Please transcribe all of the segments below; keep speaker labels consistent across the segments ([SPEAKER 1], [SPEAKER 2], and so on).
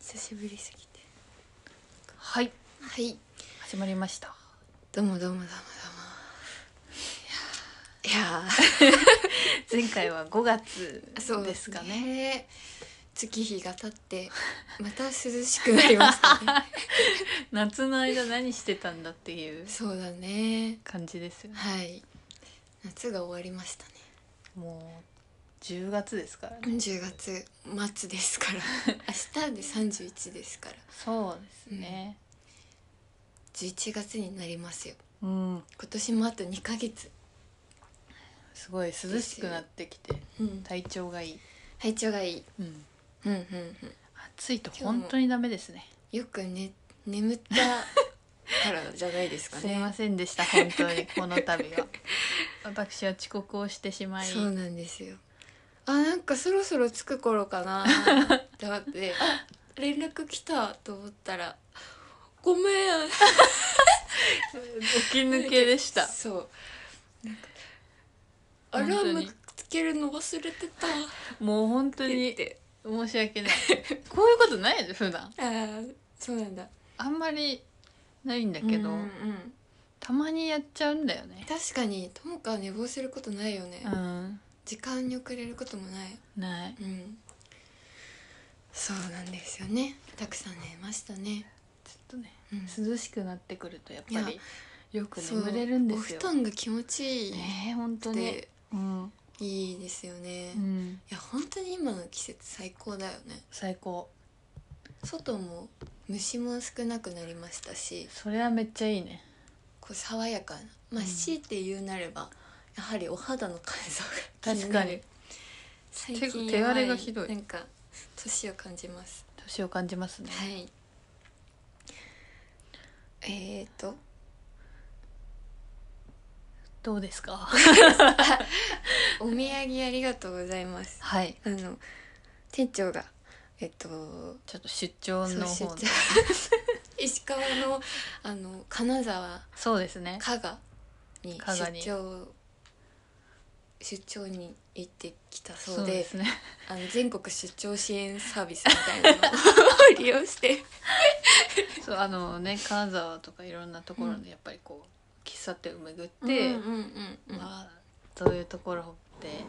[SPEAKER 1] 久しぶりすぎて
[SPEAKER 2] はい
[SPEAKER 1] はい
[SPEAKER 2] 始まりました
[SPEAKER 1] どうもどうもどうもどうもいや
[SPEAKER 2] 前回は5月
[SPEAKER 1] ーそう
[SPEAKER 2] ですかね
[SPEAKER 1] ね月日が経ってまた涼しくなりま したね
[SPEAKER 2] 夏の間何してたんだっていう
[SPEAKER 1] そうだね
[SPEAKER 2] 感じですよね
[SPEAKER 1] はい夏が終わりましたね
[SPEAKER 2] もう10月ですからね
[SPEAKER 1] 10月末です から明日で31ですから
[SPEAKER 2] そうですね
[SPEAKER 1] 11月になりますよ
[SPEAKER 2] うん、
[SPEAKER 1] 今年もあと2ヶ月、
[SPEAKER 2] すごい涼しくなってきて
[SPEAKER 1] うん、
[SPEAKER 2] 体調がいい、
[SPEAKER 1] 体調がいい
[SPEAKER 2] うん、
[SPEAKER 1] うんうんうん
[SPEAKER 2] 暑いと本当にダメですね
[SPEAKER 1] よくね眠ったからじゃないですか
[SPEAKER 2] す
[SPEAKER 1] ね
[SPEAKER 2] いませんでした本当にこの度 は私は遅刻をしてしまい
[SPEAKER 1] そうなんですよあなんかそろそろ着く頃かなって思って あ連絡来たと思ったらごめん
[SPEAKER 2] 起き抜けで した
[SPEAKER 1] そうなんかア
[SPEAKER 2] 本
[SPEAKER 1] ラ
[SPEAKER 2] 当に
[SPEAKER 1] ームつけるの忘れてた
[SPEAKER 2] もう本当
[SPEAKER 1] って言っ
[SPEAKER 2] に
[SPEAKER 1] て
[SPEAKER 2] 申し訳ないこういうことないで普段
[SPEAKER 1] あーそうなんだ
[SPEAKER 2] あんまりないんだけど、
[SPEAKER 1] うんうん
[SPEAKER 2] たまにやっちゃうんだよね
[SPEAKER 1] 確かにともかは寝坊することないよね、
[SPEAKER 2] うん
[SPEAKER 1] 時間に遅れることもない
[SPEAKER 2] ない
[SPEAKER 1] うんそうなんですよねたくさん寝ましたね、
[SPEAKER 2] ちょっとね
[SPEAKER 1] うん
[SPEAKER 2] 涼しくなってくるとやっぱ
[SPEAKER 1] い
[SPEAKER 2] りよく
[SPEAKER 1] そう
[SPEAKER 2] 眠れるんですよ
[SPEAKER 1] お布団が気持ちいい
[SPEAKER 2] ねえ本当に
[SPEAKER 1] で
[SPEAKER 2] うん、
[SPEAKER 1] いいですよね、
[SPEAKER 2] う
[SPEAKER 1] い
[SPEAKER 2] ん、
[SPEAKER 1] や本当に今の季節最高だよね
[SPEAKER 2] 最高
[SPEAKER 1] 外も虫も少なくなりましたし
[SPEAKER 2] それはめっちゃいいね
[SPEAKER 1] こう爽やかなまあ
[SPEAKER 2] うん
[SPEAKER 1] 強いて言うなれば、やはりお肌の乾燥が気
[SPEAKER 2] 確
[SPEAKER 1] に
[SPEAKER 2] か
[SPEAKER 1] な
[SPEAKER 2] に
[SPEAKER 1] る最近
[SPEAKER 2] 手手荒れが
[SPEAKER 1] やば
[SPEAKER 2] ひどい
[SPEAKER 1] なんか年を感じます
[SPEAKER 2] 年を感じますね
[SPEAKER 1] はいえーと
[SPEAKER 2] どうで すか
[SPEAKER 1] お土産ありがとうございます
[SPEAKER 2] はい
[SPEAKER 1] あの店長がえっと
[SPEAKER 2] ちょっと出張
[SPEAKER 1] そう
[SPEAKER 2] の
[SPEAKER 1] 出張
[SPEAKER 2] 方で
[SPEAKER 1] 石川のあの金沢
[SPEAKER 2] そうですね
[SPEAKER 1] 加賀に
[SPEAKER 2] 加賀に
[SPEAKER 1] 出張出張に行ってきたそ
[SPEAKER 2] そうう
[SPEAKER 1] で
[SPEAKER 2] ですね
[SPEAKER 1] あの全国出張支援サービスみたいなの を利用して
[SPEAKER 2] そうあのね金沢とかいろんなところでやっぱりこう喫茶店を巡って、
[SPEAKER 1] うんうんうんうんは
[SPEAKER 2] まあそういうところで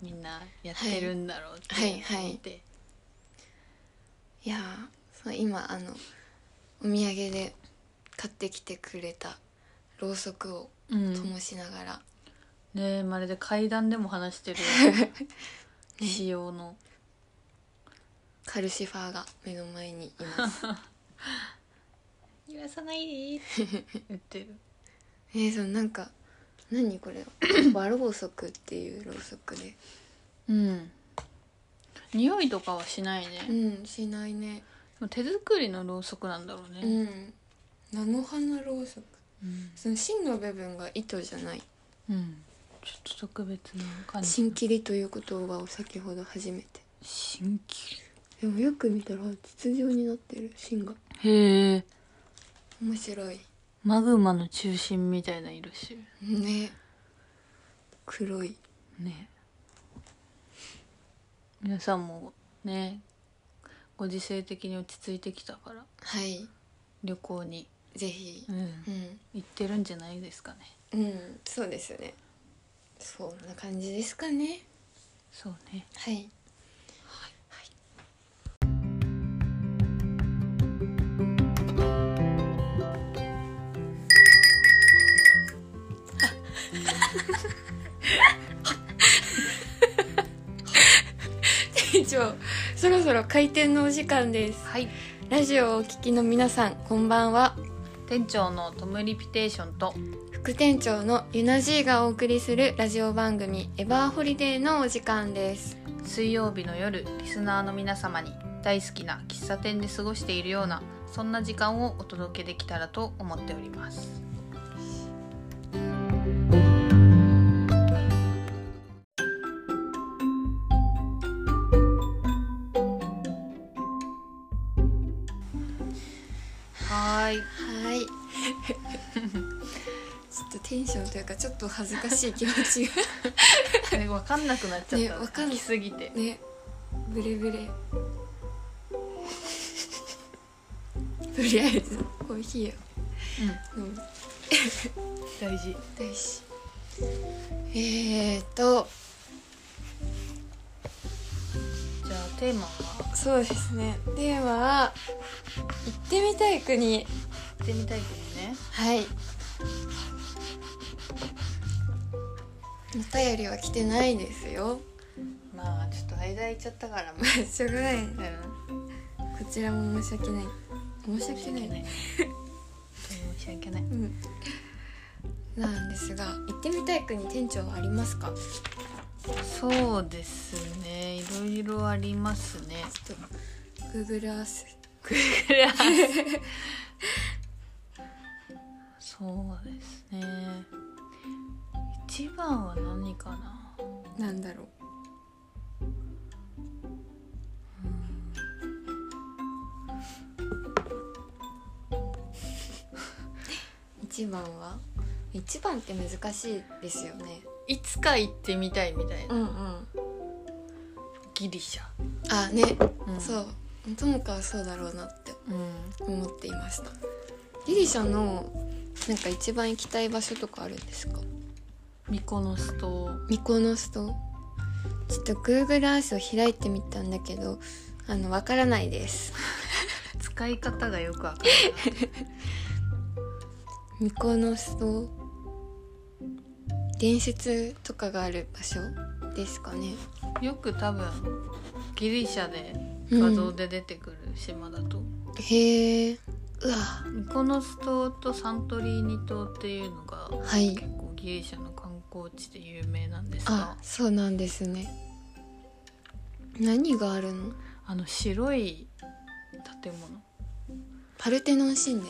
[SPEAKER 2] みんなやってるんだろうって
[SPEAKER 1] いはい
[SPEAKER 2] 見て、
[SPEAKER 1] いやーそう今あのお土産で買ってきてくれたろうそくを
[SPEAKER 2] うん
[SPEAKER 1] 灯しながら、
[SPEAKER 2] ねえまるで階段でも話してる
[SPEAKER 1] ね
[SPEAKER 2] 仕様の
[SPEAKER 1] カルシファーが目の前にいます。
[SPEAKER 2] 「揺らさないで」って言ってる
[SPEAKER 1] えー、そのなんか何これ 和ろうそくっていうろうそくで
[SPEAKER 2] うん匂いとかはしないね、
[SPEAKER 1] う
[SPEAKER 2] で
[SPEAKER 1] んしないね
[SPEAKER 2] も手作りのろうそくなんだろう
[SPEAKER 1] う
[SPEAKER 2] ね、
[SPEAKER 1] ん菜の花ろうそく
[SPEAKER 2] うん
[SPEAKER 1] その芯の部分が糸じゃない
[SPEAKER 2] うんちょっと特別な感じ
[SPEAKER 1] 芯切りという言葉を先ほど初めて
[SPEAKER 2] 新規
[SPEAKER 1] でもよく見たら筒状になってる芯が
[SPEAKER 2] へえ
[SPEAKER 1] 面白い
[SPEAKER 2] マグマの中心みたいな色してる
[SPEAKER 1] ね黒い
[SPEAKER 2] ね皆さんもねご時世的に落ち着いてきたから
[SPEAKER 1] はい
[SPEAKER 2] 旅行に、
[SPEAKER 1] ぜひ
[SPEAKER 2] うん
[SPEAKER 1] うん
[SPEAKER 2] 行ってるんじゃないですかね
[SPEAKER 1] うんそうですねそんな感じですかね
[SPEAKER 2] そうね
[SPEAKER 1] はい店長そろそろ開店のお時間です
[SPEAKER 2] はい
[SPEAKER 1] ラジオをお聞きの皆さんこんばんは
[SPEAKER 2] 店長のトムリピテーションと
[SPEAKER 1] 副店長のゆなじいがお送りするラジオ番組エバーホリデーのお時間です
[SPEAKER 2] 水曜日の夜リスナーの皆様に大好きな喫茶店で過ごしているようなそんな時間をお届けできたらと思っておりますはーい
[SPEAKER 1] はいちょっとテンションというかちょっと恥ずかしい気持ち が
[SPEAKER 2] ね、分かんなくなっちゃった、
[SPEAKER 1] ねわかんな
[SPEAKER 2] きすぎて
[SPEAKER 1] ねブレブレとりあえずコーヒーを飲む
[SPEAKER 2] 大事
[SPEAKER 1] 大事えーと
[SPEAKER 2] じゃあテーマは
[SPEAKER 1] そうですねテーマは「行ってみたい国
[SPEAKER 2] 行ってみたいけどね」
[SPEAKER 1] はいお便りは来てないですよ
[SPEAKER 2] まあちょっと間空いちゃったからもう
[SPEAKER 1] しょうがないこ
[SPEAKER 2] う
[SPEAKER 1] ちらも申し訳ない申
[SPEAKER 2] ん
[SPEAKER 1] し訳ない
[SPEAKER 2] い申し訳ない
[SPEAKER 1] うんなんですが行ってみたい国店長はありますか
[SPEAKER 2] そうですねいろいろありますね
[SPEAKER 1] ちょっと Google Earth
[SPEAKER 2] そうですね一番は何かな
[SPEAKER 1] なんだろう一番は一番って難しいですよね
[SPEAKER 2] いつか行ってみたいみたいな、
[SPEAKER 1] んうん
[SPEAKER 2] ギリシャ、
[SPEAKER 1] あね、
[SPEAKER 2] うん
[SPEAKER 1] そうともかはそうだろうなって
[SPEAKER 2] うん
[SPEAKER 1] 思っていましたギリシャのなんか一番行きたい場所とかあるんですか
[SPEAKER 2] ミコノス島
[SPEAKER 1] ミコノス島ちょっと Google Earth を開いてみたんだけどあのわからないです
[SPEAKER 2] 使い方がよくわか
[SPEAKER 1] ミコノス島伝説とかがある場所ですかね
[SPEAKER 2] らないよく多分ギリシャで画像で出てくる島だと、
[SPEAKER 1] へえうわ
[SPEAKER 2] ミコノス島とサントリーニ島っていうのが
[SPEAKER 1] はい
[SPEAKER 2] 結構ギリシャの観光地で有名なんですが
[SPEAKER 1] あそうなんですね何があるの
[SPEAKER 2] あの白い建物
[SPEAKER 1] パルテノン神殿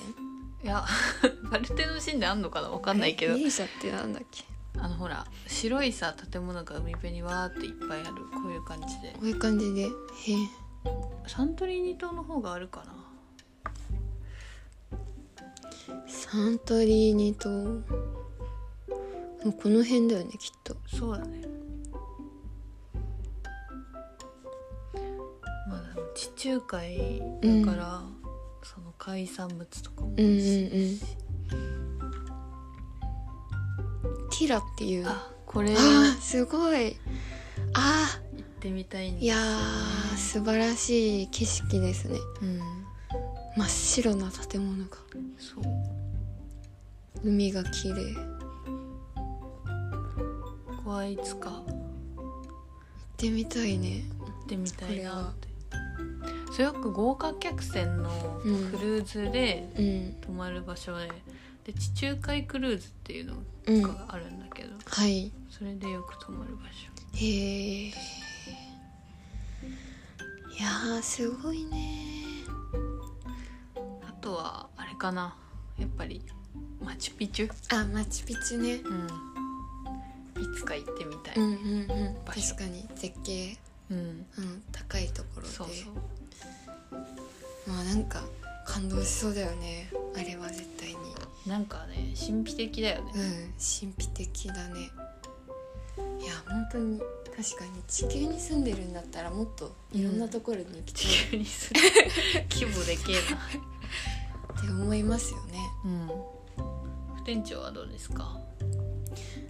[SPEAKER 2] いや バルテノ神殿あんのかなわかんないけど
[SPEAKER 1] あれギリシャってなんだっけ
[SPEAKER 2] あのほら白いさ建物が海辺にわーっていっぱいあるこういう感じで
[SPEAKER 1] こういう感じでへえ
[SPEAKER 2] サントリーニ島の方があるかな
[SPEAKER 1] サントリーニ島もうこの辺だよねきっと
[SPEAKER 2] そうだねまあでも地中海だから、その海産物とかも
[SPEAKER 1] う
[SPEAKER 2] 美
[SPEAKER 1] んうんうん
[SPEAKER 2] 味しいし、
[SPEAKER 1] ティラっていうあ
[SPEAKER 2] あこれ行
[SPEAKER 1] ーすごいあー
[SPEAKER 2] ってみたいんで
[SPEAKER 1] い
[SPEAKER 2] すよ
[SPEAKER 1] や
[SPEAKER 2] ね
[SPEAKER 1] ー素晴らしい景色ですね
[SPEAKER 2] うん
[SPEAKER 1] 真っ白な建物が
[SPEAKER 2] そう
[SPEAKER 1] 海が綺麗行っ
[SPEAKER 2] ここはいつか行
[SPEAKER 1] てみたいね
[SPEAKER 2] ってみたいなってそれよく豪華客船のクルーズで
[SPEAKER 1] うん
[SPEAKER 2] 泊まる場所で,、で地中海クルーズっていうの
[SPEAKER 1] うん
[SPEAKER 2] があるんだけど、
[SPEAKER 1] はい
[SPEAKER 2] それでよく泊まる場所
[SPEAKER 1] へえいやーすごいね
[SPEAKER 2] あとはあれかなやっぱりマチュピチュ、
[SPEAKER 1] あマチュピチュね
[SPEAKER 2] うん、いつか行ってみたい、
[SPEAKER 1] うんうんうん
[SPEAKER 2] 場所
[SPEAKER 1] 確かに絶景、
[SPEAKER 2] うん
[SPEAKER 1] うん、高いところで
[SPEAKER 2] そうそう
[SPEAKER 1] まあなんか感動しそうだよねあれは絶対に
[SPEAKER 2] なんかね神秘的だよね
[SPEAKER 1] う、ん神秘的だねいや本当に確かに地球に住んでるんだったらもっといろんなところに行きたい
[SPEAKER 2] 地球にする規模でけえな
[SPEAKER 1] って思いますよね、
[SPEAKER 2] うん副店長はどうですか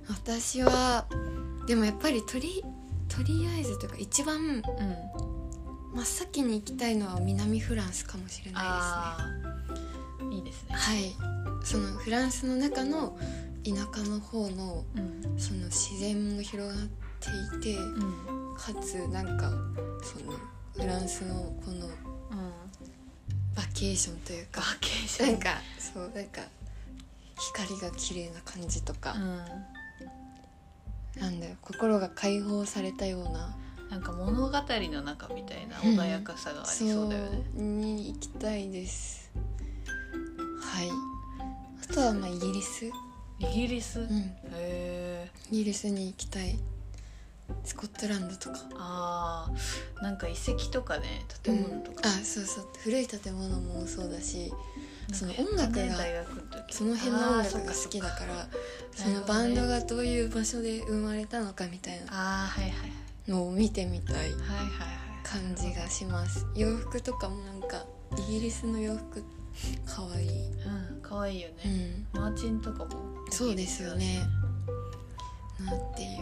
[SPEAKER 1] 私はでもやっぱりとりとりあえずというか一番
[SPEAKER 2] うん
[SPEAKER 1] 真っ先に行きたいのは南フランスかもしれないですね
[SPEAKER 2] ああいいですね
[SPEAKER 1] はいそのフランスの中の田舎の方の
[SPEAKER 2] うん
[SPEAKER 1] その自然も広がっていて
[SPEAKER 2] うん
[SPEAKER 1] かつなんかそのフランスのこの
[SPEAKER 2] うん
[SPEAKER 1] バケーションというか
[SPEAKER 2] ケーシ
[SPEAKER 1] なんかそうなんか光が綺麗な感じとか
[SPEAKER 2] う、
[SPEAKER 1] なんだよ心が解放されたようなん
[SPEAKER 2] なんか物語の中みたいな穏やかさがありそうだよね、
[SPEAKER 1] そうに行きたいですはいあとはまあイギリス、
[SPEAKER 2] イギリス、
[SPEAKER 1] う
[SPEAKER 2] へ
[SPEAKER 1] ん、
[SPEAKER 2] え
[SPEAKER 1] イギリスに行きたいスコットランドとか
[SPEAKER 2] あーなんか遺跡とかね建物とか、
[SPEAKER 1] あそうそう古い建物も多そうだしその
[SPEAKER 2] なんか
[SPEAKER 1] 音楽が
[SPEAKER 2] ね大学の時
[SPEAKER 1] その辺の音
[SPEAKER 2] あーそっ
[SPEAKER 1] 楽が
[SPEAKER 2] かそ
[SPEAKER 1] 好
[SPEAKER 2] っ
[SPEAKER 1] きだ
[SPEAKER 2] か
[SPEAKER 1] から
[SPEAKER 2] そ
[SPEAKER 1] そ
[SPEAKER 2] っか
[SPEAKER 1] のバンドがどういう場所で生まれたのかみたいな
[SPEAKER 2] あーはいはい
[SPEAKER 1] のを見てみたい
[SPEAKER 2] はいはいはいはい
[SPEAKER 1] 感じがします洋服とかもなんかイギリスの洋服可愛い
[SPEAKER 2] うん可愛いよね、
[SPEAKER 1] うん
[SPEAKER 2] マーチンとかも
[SPEAKER 1] そうですよねなっていう、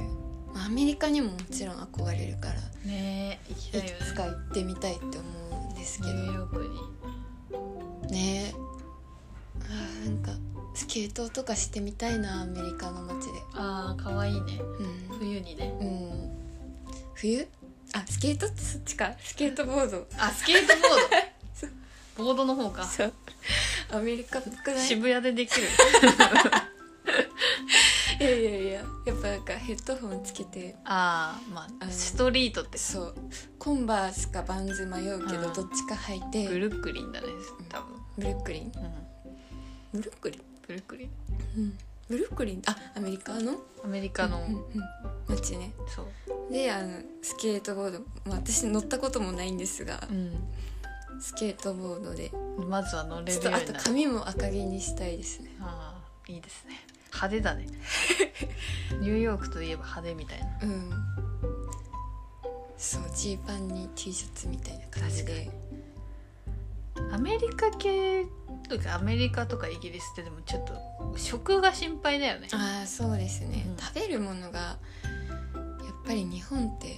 [SPEAKER 1] まあ、アメリカにももちろん憧れるから
[SPEAKER 2] ねえ行きたい
[SPEAKER 1] い
[SPEAKER 2] よね
[SPEAKER 1] つか行ってみたいって思うんですけ
[SPEAKER 2] ニ
[SPEAKER 1] ど
[SPEAKER 2] ューヨークに
[SPEAKER 1] ねあーなんかスケートとかしてみたいなアメリカの街で
[SPEAKER 2] ああ可愛いね
[SPEAKER 1] う
[SPEAKER 2] 冬にね
[SPEAKER 1] ん、うん、冬あスケートってそっちかスケートボード
[SPEAKER 2] あスケートボードボードの方 か
[SPEAKER 1] そうアメリカっぽくない
[SPEAKER 2] 渋谷でで きる
[SPEAKER 1] いやいやいややっぱなんかヘッドホンつけて
[SPEAKER 2] ああま
[SPEAKER 1] あ
[SPEAKER 2] あ
[SPEAKER 1] の
[SPEAKER 2] ストリートって
[SPEAKER 1] そうコンバースかバンズ迷うけ
[SPEAKER 2] う
[SPEAKER 1] ど
[SPEAKER 2] ん
[SPEAKER 1] どっちか履い
[SPEAKER 2] ブ
[SPEAKER 1] て
[SPEAKER 2] ルックリンだね多分、
[SPEAKER 1] ブルックリン
[SPEAKER 2] うん、
[SPEAKER 1] ブルックリン
[SPEAKER 2] ブルックリン
[SPEAKER 1] うんブルックリンあアメリカの
[SPEAKER 2] アメリカの、
[SPEAKER 1] うんうんうん街ね
[SPEAKER 2] そう、
[SPEAKER 1] であのスケートボード、まあ、私乗ったこともないんですが
[SPEAKER 2] う
[SPEAKER 1] スケートボードで
[SPEAKER 2] ん、まずは乗れ
[SPEAKER 1] ちょ
[SPEAKER 2] る
[SPEAKER 1] っ
[SPEAKER 2] よ
[SPEAKER 1] とあ
[SPEAKER 2] うに
[SPEAKER 1] と
[SPEAKER 2] なる
[SPEAKER 1] 髪も赤毛にしたいですね
[SPEAKER 2] ああいいですね派 手だねニューヨークといえば派手みたいな
[SPEAKER 1] うんそうジーパンに T シャツみたいな感じで
[SPEAKER 2] アメリカ系とかアメリカとかイギリスってでもちょっと食が心配だよね
[SPEAKER 1] ああそうですね、
[SPEAKER 2] うん
[SPEAKER 1] 食べるものがやっぱり日本ってね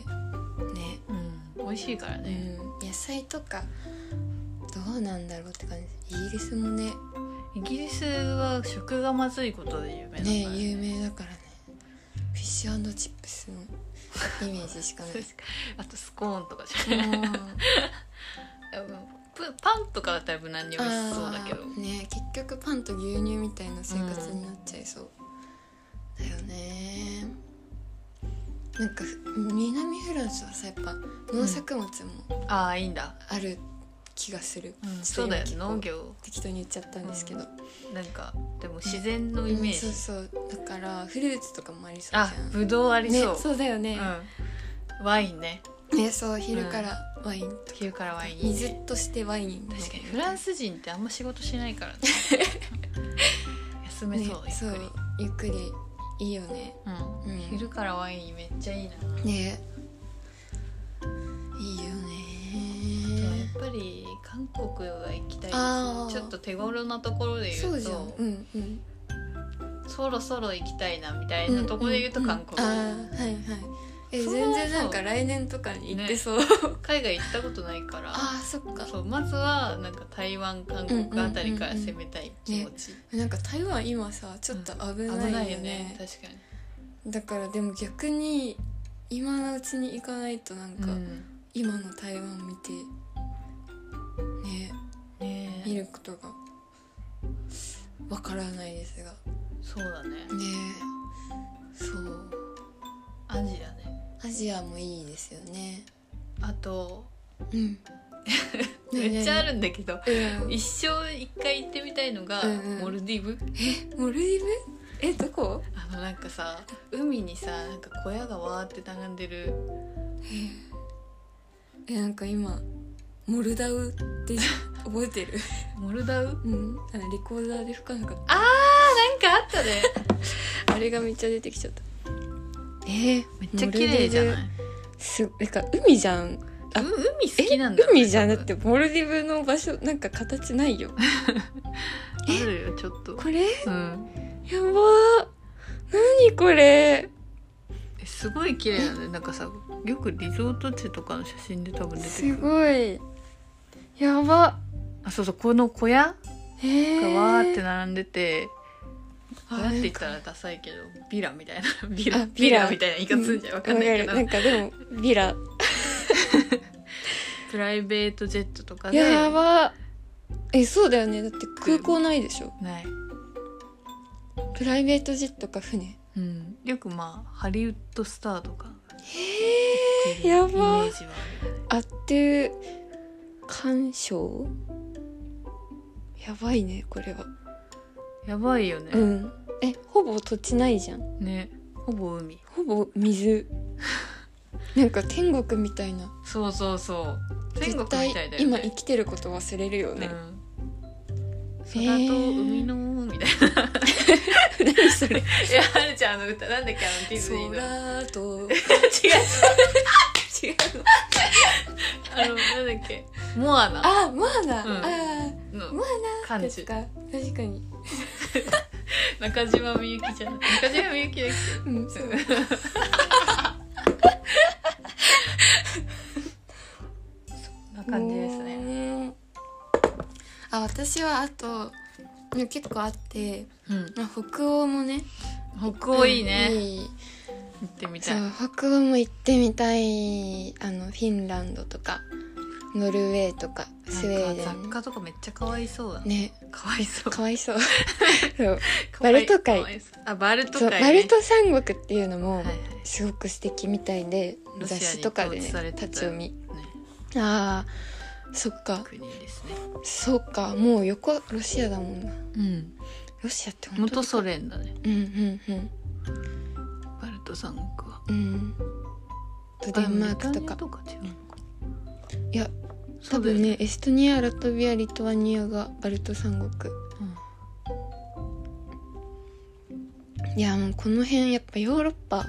[SPEAKER 2] うん美味しいからね、
[SPEAKER 1] うん、野菜とかどうなんだろうって感じイギリスもね
[SPEAKER 2] イギリスは食がまずいことで有名だから
[SPEAKER 1] ね有名だからねフィッシュチップスのイメージしかない
[SPEAKER 2] 確かあとスコーンとかじゃない
[SPEAKER 1] もう
[SPEAKER 2] パパンとかだったら無難に美味しそうだけど
[SPEAKER 1] あーね結局パンと牛乳みたいな生活になっちゃいそう、だよねなんか南フランスはさやっぱ農作物も
[SPEAKER 2] ああいいんだ、
[SPEAKER 1] ある気がする、
[SPEAKER 2] うん
[SPEAKER 1] ち
[SPEAKER 2] そ
[SPEAKER 1] ょっ
[SPEAKER 2] う
[SPEAKER 1] と
[SPEAKER 2] だ
[SPEAKER 1] 今結
[SPEAKER 2] よ
[SPEAKER 1] 構
[SPEAKER 2] 農業
[SPEAKER 1] 適当に言っちゃったんですけど、
[SPEAKER 2] なんかでも自然のイメージ、
[SPEAKER 1] うんそうそうだからフルーツとかもありそうじゃん
[SPEAKER 2] あぶどうありそう,、
[SPEAKER 1] ね、そうだよね、
[SPEAKER 2] うん、ワインね
[SPEAKER 1] ねそう昼からワインとか、
[SPEAKER 2] 昼からワインいいね
[SPEAKER 1] 水としてワイン
[SPEAKER 2] 確かにフラン
[SPEAKER 1] ス
[SPEAKER 2] ス人ってあんま仕事しな いからね休めそう、ゆっく
[SPEAKER 1] そう
[SPEAKER 2] りう、
[SPEAKER 1] ゆっくりいいよね
[SPEAKER 2] ん
[SPEAKER 1] うん
[SPEAKER 2] 昼からワインめっちゃいいな、
[SPEAKER 1] ねいいよ
[SPEAKER 2] や
[SPEAKER 1] ね
[SPEAKER 2] っぱり韓国は行きたいです
[SPEAKER 1] あー
[SPEAKER 2] ちょっと手頃なところで言
[SPEAKER 1] そう
[SPEAKER 2] う
[SPEAKER 1] じゃん
[SPEAKER 2] と
[SPEAKER 1] うんうん
[SPEAKER 2] そろそろ行きたいなみたいなところで言うと韓国、
[SPEAKER 1] んんあーはいはいえ
[SPEAKER 2] そ
[SPEAKER 1] 全
[SPEAKER 2] うそう
[SPEAKER 1] 然なんか来年とかに行ってそう、
[SPEAKER 2] 海外行ったことないから
[SPEAKER 1] あーそっか
[SPEAKER 2] そうまずはなんか台湾韓国あたりから攻めたい気持ち、
[SPEAKER 1] なんか台湾今さちょっと危ないよね,、
[SPEAKER 2] 危ないよね確か
[SPEAKER 1] だからでも逆に今のうちに行かないとなんか、
[SPEAKER 2] に、うん
[SPEAKER 1] 今の台湾見てね
[SPEAKER 2] ねえ
[SPEAKER 1] 見ることがわからないですが
[SPEAKER 2] そうだね
[SPEAKER 1] ねそう
[SPEAKER 2] アジアね
[SPEAKER 1] アジアもいいですよね
[SPEAKER 2] あと
[SPEAKER 1] うん
[SPEAKER 2] めっちゃあ
[SPEAKER 1] る、
[SPEAKER 2] るんだけど
[SPEAKER 1] うん、
[SPEAKER 2] 一生一回行ってみたいのが
[SPEAKER 1] うんうん
[SPEAKER 2] モルディブ、
[SPEAKER 1] モルディブえどこ
[SPEAKER 2] あのなんかさ海にさなんか小屋がわーって並んでる
[SPEAKER 1] えなんか今モルダウって覚えてる
[SPEAKER 2] モルダウなんか
[SPEAKER 1] うんあのレコーダーで吹かなかっ
[SPEAKER 2] あっ たね
[SPEAKER 1] たあれがめっちゃ出てきちゃったえー、
[SPEAKER 2] めっちゃ綺麗じゃない
[SPEAKER 1] モルディブすなんか海じゃんあ
[SPEAKER 2] う海好きなんだろうね
[SPEAKER 1] 海じゃんだ
[SPEAKER 2] 多
[SPEAKER 1] っ
[SPEAKER 2] 分
[SPEAKER 1] てモルディブの場所なんか形ないよえ
[SPEAKER 2] あるよちょっと
[SPEAKER 1] これ
[SPEAKER 2] うん
[SPEAKER 1] やばー何これ
[SPEAKER 2] えすごい綺麗なんだよなんかさよくリゾート地とかの写真で多分出てく
[SPEAKER 1] す
[SPEAKER 2] る
[SPEAKER 1] ごいやば
[SPEAKER 2] あそうそうこの小屋
[SPEAKER 1] えー、
[SPEAKER 2] がわーって並んでて、
[SPEAKER 1] あ
[SPEAKER 2] わーって言ったらダサいけどビラみたいなビ
[SPEAKER 1] あ
[SPEAKER 2] ラ
[SPEAKER 1] ビ
[SPEAKER 2] ビ
[SPEAKER 1] ラ
[SPEAKER 2] ラみたいな言い方するんじゃんわかんないけど
[SPEAKER 1] わかるなんかでもビラ
[SPEAKER 2] プライベートジェットとかで
[SPEAKER 1] やばえそうだよねだって空港ないでしょ
[SPEAKER 2] ない、
[SPEAKER 1] プライベートジェットか船
[SPEAKER 2] うん、よくまあハリウッドスターとか
[SPEAKER 1] へえ
[SPEAKER 2] 出るイメ
[SPEAKER 1] やば
[SPEAKER 2] ージはあるよね
[SPEAKER 1] あって鑑賞やばいねこれは
[SPEAKER 2] やばいよね、
[SPEAKER 1] うんえほぼ土地ないじゃん
[SPEAKER 2] ねほぼ海
[SPEAKER 1] ほぼ 水なんか天国みたいな
[SPEAKER 2] そうそうそう天国みたいだよね
[SPEAKER 1] 絶対今生きてること忘れるよね、
[SPEAKER 2] うん、空と海のみたい
[SPEAKER 1] 何 それ
[SPEAKER 2] ないやはるちゃんあの歌なんだっけあのディズニーの違う
[SPEAKER 1] 空と
[SPEAKER 2] 違うあのなんだっけモアナ
[SPEAKER 1] あモアナ、
[SPEAKER 2] うん
[SPEAKER 1] あー
[SPEAKER 2] の
[SPEAKER 1] モアナ
[SPEAKER 2] 感
[SPEAKER 1] です
[SPEAKER 2] じ
[SPEAKER 1] か確かに
[SPEAKER 2] 中島みゆきじゃない中島みゆきだっ
[SPEAKER 1] うんそう
[SPEAKER 2] けな感じですね
[SPEAKER 1] ねあ私はあとね結構あって
[SPEAKER 2] うん
[SPEAKER 1] まあ北欧もね
[SPEAKER 2] 北欧いいね、
[SPEAKER 1] うんいい
[SPEAKER 2] 行ってみ
[SPEAKER 1] そ
[SPEAKER 2] たいう
[SPEAKER 1] 北欧も行ってみたいあのフィンランドとかノルウェーとかスウェーデ
[SPEAKER 2] なんか雑
[SPEAKER 1] ン
[SPEAKER 2] 貨とかめっちゃかわいそうだね
[SPEAKER 1] ね
[SPEAKER 2] かわいそう
[SPEAKER 1] かわい そうそう
[SPEAKER 2] かわい
[SPEAKER 1] バルト海
[SPEAKER 2] かわいそうあバルト
[SPEAKER 1] そう
[SPEAKER 2] 海、ね、
[SPEAKER 1] バルト三国っていうの
[SPEAKER 2] は
[SPEAKER 1] も
[SPEAKER 2] いはい
[SPEAKER 1] すごく素敵みたいで、
[SPEAKER 2] ロシア
[SPEAKER 1] 雑
[SPEAKER 2] に
[SPEAKER 1] 誌とかで
[SPEAKER 2] 統
[SPEAKER 1] ね
[SPEAKER 2] 治されてた
[SPEAKER 1] 立ち読み
[SPEAKER 2] ね
[SPEAKER 1] あーそっか
[SPEAKER 2] 国ですね
[SPEAKER 1] そっかもう横ロシアだもんな
[SPEAKER 2] うん
[SPEAKER 1] ロシアって本当
[SPEAKER 2] 元ソ連だね
[SPEAKER 1] うんうんうん
[SPEAKER 2] バルト三国は
[SPEAKER 1] うんとデンマークとか
[SPEAKER 2] あでもブリタニアとか違うのか
[SPEAKER 1] いや
[SPEAKER 2] そ
[SPEAKER 1] 多
[SPEAKER 2] うだよ
[SPEAKER 1] 分ねエストニアラトビアリトアニアがバルト三国いやもうこの辺やっぱヨーロッパ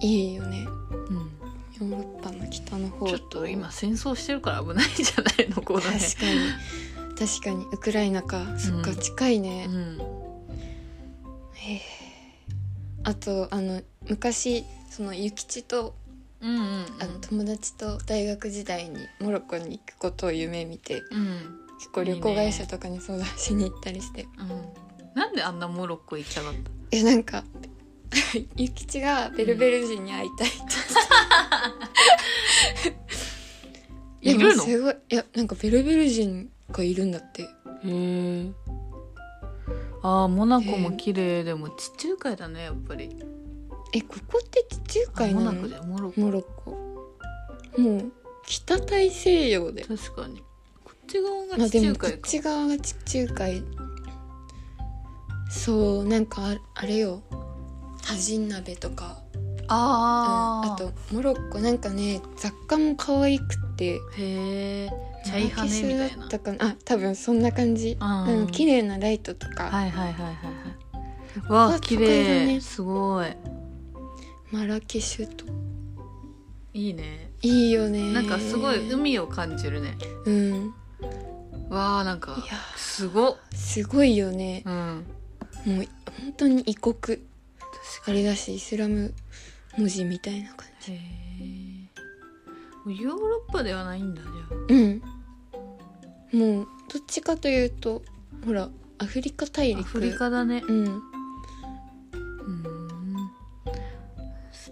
[SPEAKER 1] いいよね
[SPEAKER 2] うん、うん
[SPEAKER 1] ヨーロッパの北の方
[SPEAKER 2] ちょっと今戦争してるから危ないんじゃないのこう
[SPEAKER 1] 確
[SPEAKER 2] だ
[SPEAKER 1] か
[SPEAKER 2] ね
[SPEAKER 1] に確かにウクライナかそっか
[SPEAKER 2] うん
[SPEAKER 1] 近いね、
[SPEAKER 2] うん
[SPEAKER 1] へえあとあの昔その諭吉と
[SPEAKER 2] うんうん
[SPEAKER 1] あの友達と大学時代にモロッコに行くことを夢見て
[SPEAKER 2] うん
[SPEAKER 1] 結構旅行会社とかに相談しに行ったりして
[SPEAKER 2] うんなんであんなモロッコ行きたかった
[SPEAKER 1] えなんか 諭吉がベルベル人に会いたいって言
[SPEAKER 2] い
[SPEAKER 1] って
[SPEAKER 2] る
[SPEAKER 1] で
[SPEAKER 2] の
[SPEAKER 1] もす ごいいやなんかベルベル人がいるんだって
[SPEAKER 2] へえあーモナコも綺麗でも地中海だねやっぱり
[SPEAKER 1] えここって地中
[SPEAKER 2] あ
[SPEAKER 1] 海
[SPEAKER 2] モ
[SPEAKER 1] な
[SPEAKER 2] ナコ
[SPEAKER 1] の
[SPEAKER 2] じゃんモロッコ
[SPEAKER 1] モロッコもう北大西洋で
[SPEAKER 2] 確かにこっち
[SPEAKER 1] ま
[SPEAKER 2] 側が
[SPEAKER 1] あで
[SPEAKER 2] 地
[SPEAKER 1] も
[SPEAKER 2] 中
[SPEAKER 1] こ
[SPEAKER 2] 海
[SPEAKER 1] っ
[SPEAKER 2] か
[SPEAKER 1] ち側が地中海そうなんかああれよタジン鍋とかうん
[SPEAKER 2] あー
[SPEAKER 1] あとモロッコなんかね雑貨も可愛くて
[SPEAKER 2] へえチャイハネみたい
[SPEAKER 1] マ
[SPEAKER 2] な
[SPEAKER 1] ーケスだったかなあ多分そんな感じ
[SPEAKER 2] あ
[SPEAKER 1] あ
[SPEAKER 2] ー
[SPEAKER 1] の綺麗なライトとか、
[SPEAKER 2] はいはいはいはいはいわあ
[SPEAKER 1] あ
[SPEAKER 2] 綺
[SPEAKER 1] 都会だ
[SPEAKER 2] 麗
[SPEAKER 1] ね
[SPEAKER 2] すごい
[SPEAKER 1] マラケシュと
[SPEAKER 2] いいね
[SPEAKER 1] いいよね
[SPEAKER 2] なんかすごい海を感じるね
[SPEAKER 1] うんい
[SPEAKER 2] わあなんか
[SPEAKER 1] や
[SPEAKER 2] すごっ
[SPEAKER 1] すごいよね
[SPEAKER 2] うん
[SPEAKER 1] もう本当に異国
[SPEAKER 2] 確
[SPEAKER 1] あれだしイスラム文字みたいな感
[SPEAKER 2] へえヨーロッパではないんだじゃ
[SPEAKER 1] じうんもうどっちかというとほらアフリカ大
[SPEAKER 2] あ
[SPEAKER 1] 陸
[SPEAKER 2] アフリカだね
[SPEAKER 1] うん
[SPEAKER 2] うん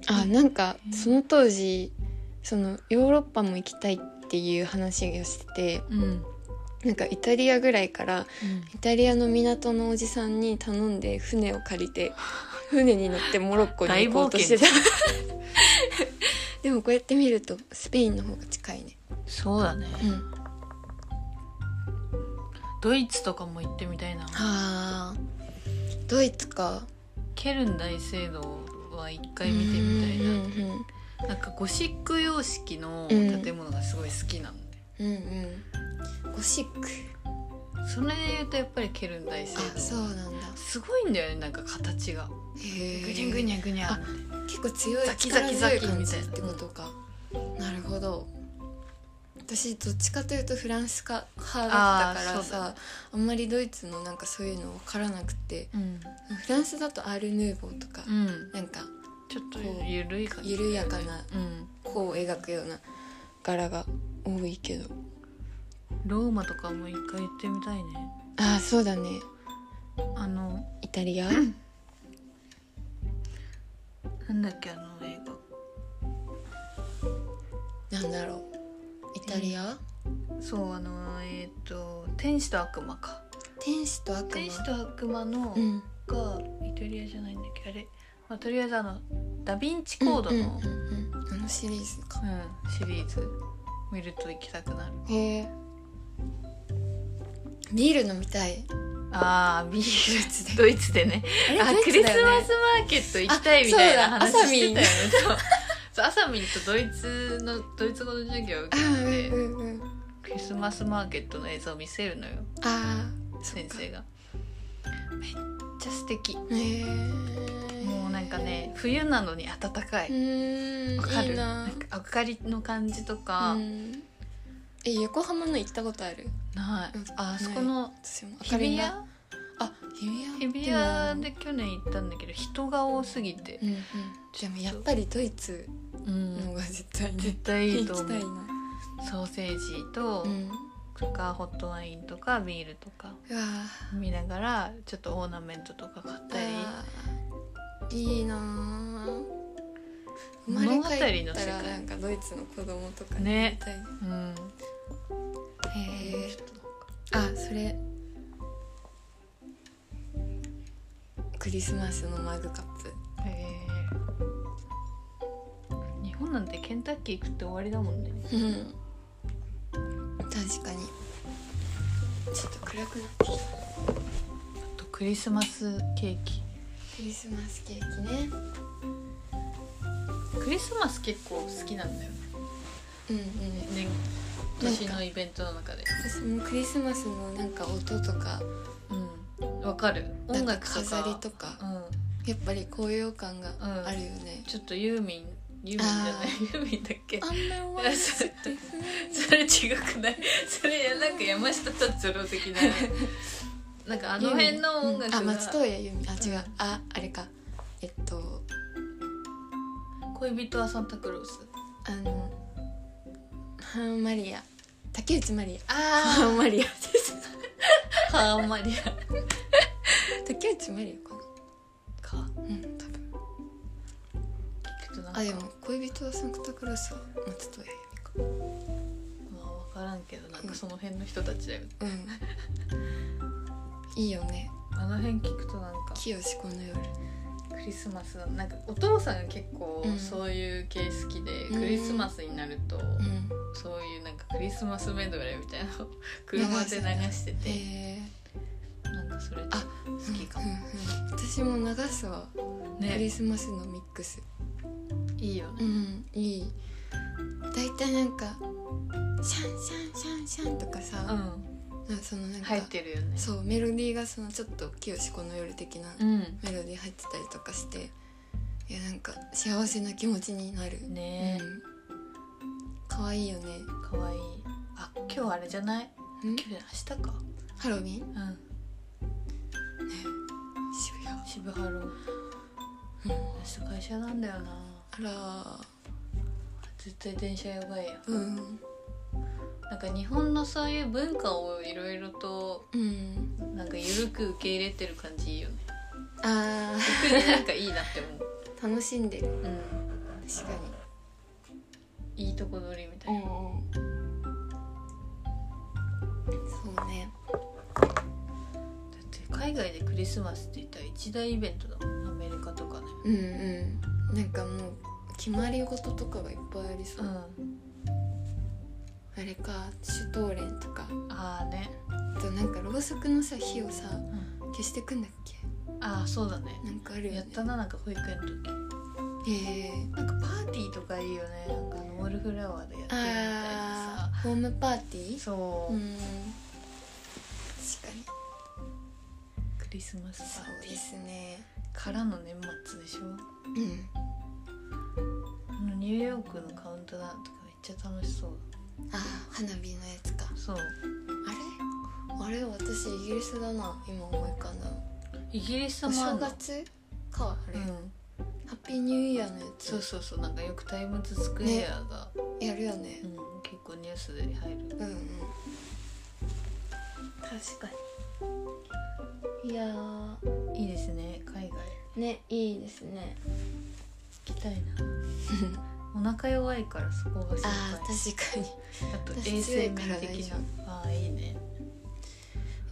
[SPEAKER 1] あなんかその当時そのヨーロッパも行きたいっていう話をして
[SPEAKER 2] うん、うん
[SPEAKER 1] てなんかイタリアぐらいからイタリアの港のおじさんに頼んで船を借り て船に乗ってモロッコに行こうとしてた でもこうやって見るとスペインの方が近いね
[SPEAKER 2] そうだね
[SPEAKER 1] うん
[SPEAKER 2] ドイツとかも行ってみたいな
[SPEAKER 1] あードイツか
[SPEAKER 2] ケルン大聖堂は一回見てみたいな、
[SPEAKER 1] うんうん
[SPEAKER 2] なんかゴシック様式の建物がすごい好きなんで、
[SPEAKER 1] うんうんゴシック
[SPEAKER 2] それで言うとやっぱりケルン大聖
[SPEAKER 1] あそう
[SPEAKER 2] 堂
[SPEAKER 1] なんだ
[SPEAKER 2] すごいんだよねなんか形が
[SPEAKER 1] へ
[SPEAKER 2] ぐ
[SPEAKER 1] え
[SPEAKER 2] にゃぐにゃぐにゃ
[SPEAKER 1] あ結構強い
[SPEAKER 2] ザキザ
[SPEAKER 1] 力
[SPEAKER 2] キザ
[SPEAKER 1] 強
[SPEAKER 2] キ
[SPEAKER 1] い感
[SPEAKER 2] み
[SPEAKER 1] じ
[SPEAKER 2] たい
[SPEAKER 1] っ
[SPEAKER 2] な
[SPEAKER 1] てことかなるほど私どっちかというとフランスか派だったか
[SPEAKER 2] あー
[SPEAKER 1] ら
[SPEAKER 2] そうだ
[SPEAKER 1] さあんまりドイツのなんかそういうの分からなくて
[SPEAKER 2] うん、
[SPEAKER 1] フランスだとアール・ヌーボーとか、
[SPEAKER 2] うん、
[SPEAKER 1] なんか
[SPEAKER 2] ちょっとゆるい感じだよ
[SPEAKER 1] 緩
[SPEAKER 2] ね
[SPEAKER 1] やかな
[SPEAKER 2] うん
[SPEAKER 1] 弧を描くような柄が多いけど
[SPEAKER 2] ローマとかも一回行ってみたいね
[SPEAKER 1] ああそうだね
[SPEAKER 2] あの
[SPEAKER 1] イタリア
[SPEAKER 2] なんだっけあの映
[SPEAKER 1] なんだろうイタリア
[SPEAKER 2] 画そうあのえっ、と「天使と悪魔か」
[SPEAKER 1] 天使と悪魔
[SPEAKER 2] 天使と悪魔の
[SPEAKER 1] うん
[SPEAKER 2] がイタリアじゃないんだっけあれ、まあ、とりあえずあのダ・ヴィンチコードの、
[SPEAKER 1] うんうんうんうんあのシリーズか
[SPEAKER 2] うんシリーズ見ると行きたくなる
[SPEAKER 1] へえビール飲みたい
[SPEAKER 2] あービール
[SPEAKER 1] ドイツで
[SPEAKER 2] ドイツでね
[SPEAKER 1] あれド
[SPEAKER 2] あ
[SPEAKER 1] イ
[SPEAKER 2] ク
[SPEAKER 1] ツ
[SPEAKER 2] リ
[SPEAKER 1] だ
[SPEAKER 2] ス
[SPEAKER 1] よ
[SPEAKER 2] マ
[SPEAKER 1] ね
[SPEAKER 2] スマーケット行きたいみたいな
[SPEAKER 1] あ
[SPEAKER 2] 話
[SPEAKER 1] そうだ
[SPEAKER 2] してたよねそうそうアサミンとドイツのドイツ語の授業を受
[SPEAKER 1] あ
[SPEAKER 2] け
[SPEAKER 1] ー
[SPEAKER 2] てて
[SPEAKER 1] うんうんうん
[SPEAKER 2] クリスマスマーケットの映像を見せるのよ
[SPEAKER 1] あーそっ
[SPEAKER 2] 先
[SPEAKER 1] か
[SPEAKER 2] 生がめっちゃ素敵も
[SPEAKER 1] へえ
[SPEAKER 2] うなんかね冬なのに暖
[SPEAKER 1] う
[SPEAKER 2] かい
[SPEAKER 1] ーん
[SPEAKER 2] わか
[SPEAKER 1] い
[SPEAKER 2] る
[SPEAKER 1] いな
[SPEAKER 2] なんか明かりの感じとか、
[SPEAKER 1] うんえ横浜の行ったことある
[SPEAKER 2] ない
[SPEAKER 1] うん
[SPEAKER 2] ああそこの
[SPEAKER 1] 私も
[SPEAKER 2] 日比谷
[SPEAKER 1] あ日比谷
[SPEAKER 2] 日比谷で去年行ったんだけど人が多すぎて
[SPEAKER 1] う、んうんでもやっぱりドイツのが絶対
[SPEAKER 2] 絶
[SPEAKER 1] に
[SPEAKER 2] 対いい
[SPEAKER 1] 行
[SPEAKER 2] と
[SPEAKER 1] き
[SPEAKER 2] 思
[SPEAKER 1] たいうな
[SPEAKER 2] ソーセージと、
[SPEAKER 1] うん
[SPEAKER 2] とかホットワインとかビールとか
[SPEAKER 1] うわ
[SPEAKER 2] 見ながらちょっとオーナメントとか買ったり
[SPEAKER 1] あーいいなー生ま
[SPEAKER 2] 物
[SPEAKER 1] れ
[SPEAKER 2] 語の世界
[SPEAKER 1] 帰ったらなんかドイツの子供とかに
[SPEAKER 2] ね
[SPEAKER 1] みたいな
[SPEAKER 2] うん
[SPEAKER 1] へえ
[SPEAKER 2] ちょっとなんか
[SPEAKER 1] あそれクリスマスのマグカップ
[SPEAKER 2] えー日本なんてケンタッキー食って終わりだもんね
[SPEAKER 1] うん確かにちょっと暗くなってきた
[SPEAKER 2] あとクリスマスケーキ
[SPEAKER 1] クリスマスケーキね
[SPEAKER 2] クリスマス結構好きなんだよね
[SPEAKER 1] うんうん
[SPEAKER 2] 年年のイベントの中で
[SPEAKER 1] 私もクリスマスのなんか音とか
[SPEAKER 2] うんわかる
[SPEAKER 1] な
[SPEAKER 2] 音
[SPEAKER 1] んか
[SPEAKER 2] 楽とか
[SPEAKER 1] 飾りとか
[SPEAKER 2] うん
[SPEAKER 1] やっぱり高揚感があるよね、
[SPEAKER 2] ちょっとユーミンユーミンじゃない
[SPEAKER 1] あ
[SPEAKER 2] ユーミンだっけ
[SPEAKER 1] あんまり 思わなくて
[SPEAKER 2] それ違くないそれなんか山下達郎的 ななんかあの辺の音楽が、
[SPEAKER 1] あ松任谷由実あ違う、
[SPEAKER 2] うん
[SPEAKER 1] ああれかえっと
[SPEAKER 2] 恋人はサンタクロース
[SPEAKER 1] あのハーマリア竹内まりやハ
[SPEAKER 2] あ
[SPEAKER 1] ーマリア です
[SPEAKER 2] あハーマリア
[SPEAKER 1] 竹内まりやか
[SPEAKER 2] か
[SPEAKER 1] なうん多分
[SPEAKER 2] ちょっとなんか
[SPEAKER 1] あでも恋人はサンタクロースは松任谷由
[SPEAKER 2] まあ分からんけどなんかその辺の人たちだよ、
[SPEAKER 1] 実うんい いよね
[SPEAKER 2] あの辺聞くとなんか
[SPEAKER 1] 清志この夜
[SPEAKER 2] クリスマスのなんかお父さんが結構
[SPEAKER 1] うん
[SPEAKER 2] そういう系好きで、
[SPEAKER 1] うん
[SPEAKER 2] クリスマスになると、
[SPEAKER 1] うん
[SPEAKER 2] そういうなんかクリスマスメドレーみたいなのを 車で流してて、
[SPEAKER 1] へえ
[SPEAKER 2] なんかそれ
[SPEAKER 1] あ
[SPEAKER 2] 好きかも、
[SPEAKER 1] うんうん私も流すわクリ
[SPEAKER 2] ね
[SPEAKER 1] スマスのミックス
[SPEAKER 2] いいよね、
[SPEAKER 1] うんいい大体なんかシャンシャンシャンシャンとかさ、
[SPEAKER 2] うん
[SPEAKER 1] なんかそのなんか
[SPEAKER 2] 入ってるよね
[SPEAKER 1] そうメロディーがそのちょっと「清志この夜」的な
[SPEAKER 2] うん
[SPEAKER 1] メロディー入ってたりとかしていやなんか幸せな気持ちになる、
[SPEAKER 2] ねえ、
[SPEAKER 1] うん可愛いよね
[SPEAKER 2] かわいいあ今日あれじゃない
[SPEAKER 1] ん
[SPEAKER 2] 今日じゃない明日か
[SPEAKER 1] ハロウィン
[SPEAKER 2] うん
[SPEAKER 1] 渋谷
[SPEAKER 2] 渋ハロ明日会社なんだよな
[SPEAKER 1] あ
[SPEAKER 2] 絶対電車やばいや
[SPEAKER 1] らうん
[SPEAKER 2] なんか日本のそういう文化をいろいろと
[SPEAKER 1] うん
[SPEAKER 2] なんか緩く受け入れてる感じいいよ ね
[SPEAKER 1] あ
[SPEAKER 2] 逆になんかいいなって
[SPEAKER 1] ー
[SPEAKER 2] 思
[SPEAKER 1] 楽しんでる
[SPEAKER 2] ううん
[SPEAKER 1] 確かに
[SPEAKER 2] いいとこ取りみた
[SPEAKER 1] う
[SPEAKER 2] い
[SPEAKER 1] ん
[SPEAKER 2] な
[SPEAKER 1] うんそうね
[SPEAKER 2] だって海外でクリスマスって言ったら一大イベントだもんアメリカとかね
[SPEAKER 1] うんうんなんかもう決まり事とかがいっぱいありそう、
[SPEAKER 2] ん
[SPEAKER 1] あれかシュトーレンとか
[SPEAKER 2] ああね、
[SPEAKER 1] あとなんかろうそくのさ火をさ
[SPEAKER 2] うん、
[SPEAKER 1] 消してくんだっけ
[SPEAKER 2] ああそうだね
[SPEAKER 1] なんかあるよね
[SPEAKER 2] やったななんか保育園の時
[SPEAKER 1] ええ
[SPEAKER 2] なんかパーティーとかいいよねなんかあのウォールフラワーでやってるみたい
[SPEAKER 1] あ
[SPEAKER 2] な
[SPEAKER 1] ーホームパーティ
[SPEAKER 2] さ
[SPEAKER 1] ー
[SPEAKER 2] そう、
[SPEAKER 1] うん確かに
[SPEAKER 2] クリスマスパ
[SPEAKER 1] そう
[SPEAKER 2] ーティ
[SPEAKER 1] で
[SPEAKER 2] ー
[SPEAKER 1] すね
[SPEAKER 2] からの年末でしょ
[SPEAKER 1] うん
[SPEAKER 2] あのニューヨークのカウントダウンとかめっちゃ楽しそう
[SPEAKER 1] あー花火のやつか
[SPEAKER 2] そう
[SPEAKER 1] あれあれ私イギリスだな今思い浮かんだの
[SPEAKER 2] イギリス
[SPEAKER 1] お
[SPEAKER 2] もあ
[SPEAKER 1] 正
[SPEAKER 2] るの
[SPEAKER 1] 月かあ
[SPEAKER 2] う
[SPEAKER 1] れ、ハ
[SPEAKER 2] ん、
[SPEAKER 1] ッピーニューイヤーのやつ
[SPEAKER 2] そうそうそうなんかよくタイムズスクエアが、
[SPEAKER 1] やるよね
[SPEAKER 2] うん、結構ニュースで入る
[SPEAKER 1] うんうん
[SPEAKER 2] 確か
[SPEAKER 1] いやー
[SPEAKER 2] にいいですね海外
[SPEAKER 1] ねいいですね
[SPEAKER 2] 行 きたいなお腹弱いからそこが心
[SPEAKER 1] あ
[SPEAKER 2] 配
[SPEAKER 1] ー確かに
[SPEAKER 2] あと
[SPEAKER 1] 私
[SPEAKER 2] 衛生面
[SPEAKER 1] 強い
[SPEAKER 2] 的
[SPEAKER 1] から
[SPEAKER 2] なああいいね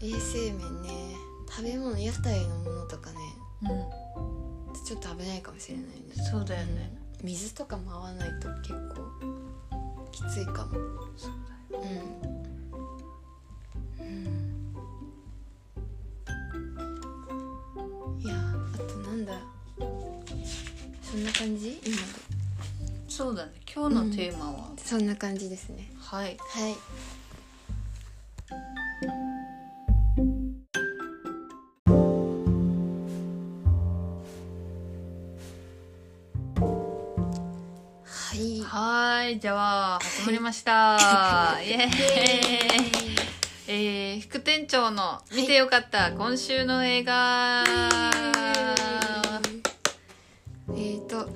[SPEAKER 1] 衛生面ね食べ物屋台のものとかね
[SPEAKER 2] うん
[SPEAKER 1] ちょっと危ないかもしれないね
[SPEAKER 2] そうだよね、
[SPEAKER 1] うん水とかも合わないと結構きついかも
[SPEAKER 2] そうだよ
[SPEAKER 1] うん、うん、いやあとなんだそんな感じ今
[SPEAKER 2] そうだね今日のテーマは、
[SPEAKER 1] そんな感じですね
[SPEAKER 2] は
[SPEAKER 1] は
[SPEAKER 2] い
[SPEAKER 1] いはい
[SPEAKER 2] はーいじゃあ始眠りました。 イエーイ。えー、副店長の見てよかった、今週の映画。
[SPEAKER 1] えーと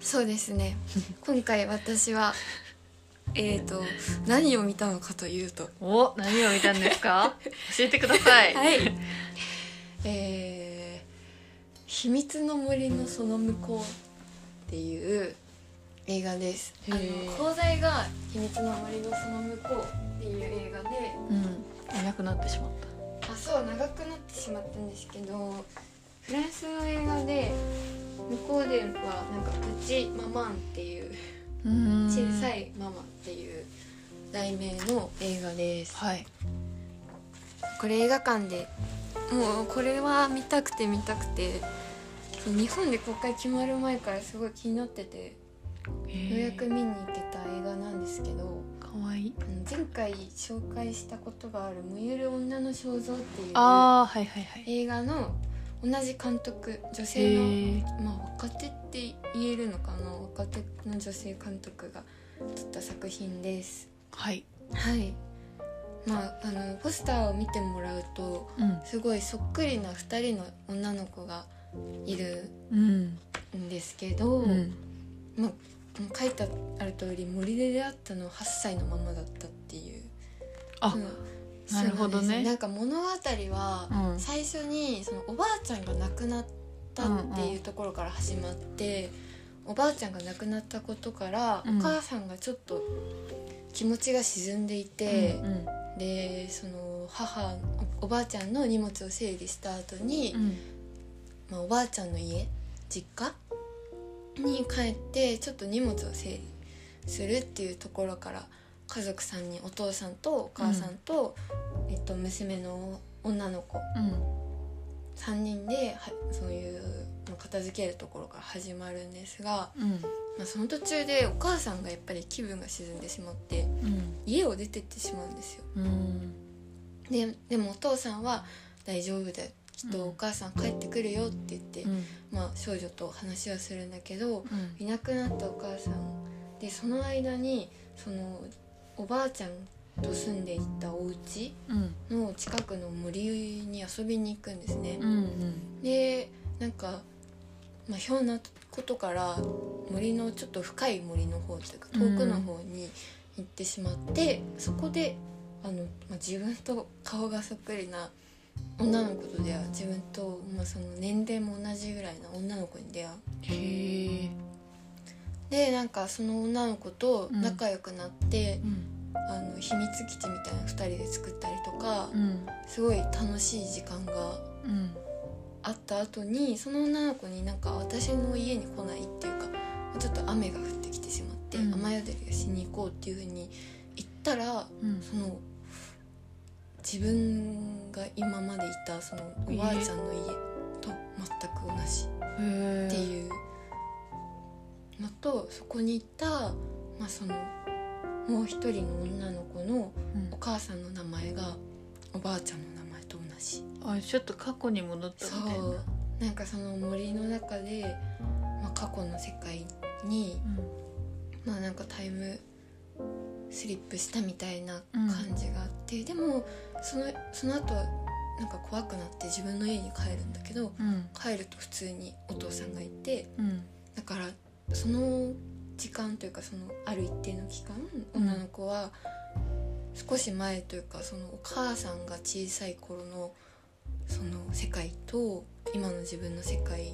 [SPEAKER 1] そうですね今回私はえーと何を見たのかというと
[SPEAKER 2] お、何を見たんですか教えてください。
[SPEAKER 1] はいえー秘密の森のその向こう」っていう映画ですあの
[SPEAKER 2] へー
[SPEAKER 1] 講題が「秘密の森のその向こう」っていう映画で
[SPEAKER 2] うん、いなくなってしまった。
[SPEAKER 1] あそう長くなってしまったんですけどフランスの映画で向こうではなんか「プチママン」っていう
[SPEAKER 2] うん
[SPEAKER 1] 小さ。いママっていう題名の映画です
[SPEAKER 2] はい。
[SPEAKER 1] これ映画館でもうこれは見たくて見たくてそう日本で公開決まる前からすごい気になっててようやく見に行けた映画なんですけど
[SPEAKER 2] 可愛いい。
[SPEAKER 1] あの前回紹介したことがある「燃ゆる女の肖像」っていう
[SPEAKER 2] ああ、はいはいはい。
[SPEAKER 1] 映画の同じ監督女
[SPEAKER 2] へ
[SPEAKER 1] 性の
[SPEAKER 2] ー
[SPEAKER 1] まあ、若手って言えるのかな若手の女性監督が撮った作品です
[SPEAKER 2] はい。
[SPEAKER 1] はいまああのポスターを見てもらうと
[SPEAKER 2] うん。
[SPEAKER 1] すごいそっくりな2人の女の子がいる
[SPEAKER 2] うん。
[SPEAKER 1] んですけど、
[SPEAKER 2] うん。
[SPEAKER 1] まあ、書いてある通り森で出会ったのは8歳のままだったっていう
[SPEAKER 2] あ
[SPEAKER 1] うん、
[SPEAKER 2] なるほ
[SPEAKER 1] そうな
[SPEAKER 2] どね
[SPEAKER 1] んですなんか物語は、
[SPEAKER 2] うん
[SPEAKER 1] 最初にそのおばあちゃんが亡くなったって
[SPEAKER 2] うん
[SPEAKER 1] いうところから始まって、おばあちゃんが亡くなったことから、
[SPEAKER 2] うん
[SPEAKER 1] お母さんがちょっと気持ちが沈んでいて、
[SPEAKER 2] うん。
[SPEAKER 1] でその母おおばあちゃんの荷物を整理した後に、
[SPEAKER 2] うん。
[SPEAKER 1] まあ、おばあちゃんの家実家に帰ってちょっと荷物を整理するっていうところから家族さんにお父さんとお母さんと、えっと、娘の女の子
[SPEAKER 2] うん。
[SPEAKER 1] 3人ではそういうのを片付けるところから始まるんですが、
[SPEAKER 2] うん。
[SPEAKER 1] まあ、その途中でお母さんがやっぱり気分が沈んでしまって
[SPEAKER 2] うん。
[SPEAKER 1] 家を出てってしまうんですよ。
[SPEAKER 2] うん。
[SPEAKER 1] ででもお父さんは大丈夫だよきっ
[SPEAKER 2] う
[SPEAKER 1] と
[SPEAKER 2] ん
[SPEAKER 1] お母さん帰ってくるよって言って、
[SPEAKER 2] うん。
[SPEAKER 1] まあ、少女と話はするんだけど
[SPEAKER 2] うん
[SPEAKER 1] いなくなったお母さんでその間にそのおばあちゃんと住んでいたお家
[SPEAKER 2] うん
[SPEAKER 1] の近くの森に遊びに行くんですね
[SPEAKER 2] う。ん
[SPEAKER 1] でなんか、まあ、ひょんなことから森のちょっと深い森の方というか遠くの方に行ってしまって、そこであの、まあ、自分と顔がそっくりな女の子と出会う自分と、まあ、その年齢も同じぐらいな女の子に出会う。
[SPEAKER 2] へえ
[SPEAKER 1] でなんかその女の子と仲良くなって、
[SPEAKER 2] うん
[SPEAKER 1] あの秘密基地みたいな2人で作ったりとか、
[SPEAKER 2] うん
[SPEAKER 1] すごい楽しい時間が
[SPEAKER 2] うん
[SPEAKER 1] あった後にその女の子になんか私の家に来ないっていうかちょっと雨が降ってきてしまって、
[SPEAKER 2] うん
[SPEAKER 1] 雨宿りがしに行こうっていうふうに言ったら
[SPEAKER 2] うん
[SPEAKER 1] その自分が今までいたそのおばあちゃんの家と全く同じ
[SPEAKER 2] へ
[SPEAKER 1] って
[SPEAKER 2] え
[SPEAKER 1] いうのとそこにいた、まあ、そのもう一人の女の子のお母さんの名前がおばあちゃんの名前と同じ。
[SPEAKER 2] あちょっと過去に戻ったみたいな
[SPEAKER 1] そうなんかその森の中で、まあ、過去の世界に、まあ、なんかタイムスリップしたみたいな感じがあって、でもそのその後なんか怖くなって自分の家に帰るんだけど
[SPEAKER 2] うん
[SPEAKER 1] 帰ると普通にお父さんがいて
[SPEAKER 2] うん
[SPEAKER 1] だからその時間というかそのある一定の期間
[SPEAKER 2] うん
[SPEAKER 1] 女の子は少し前というかそのお母さんが小さい頃のその世界と今の自分の世界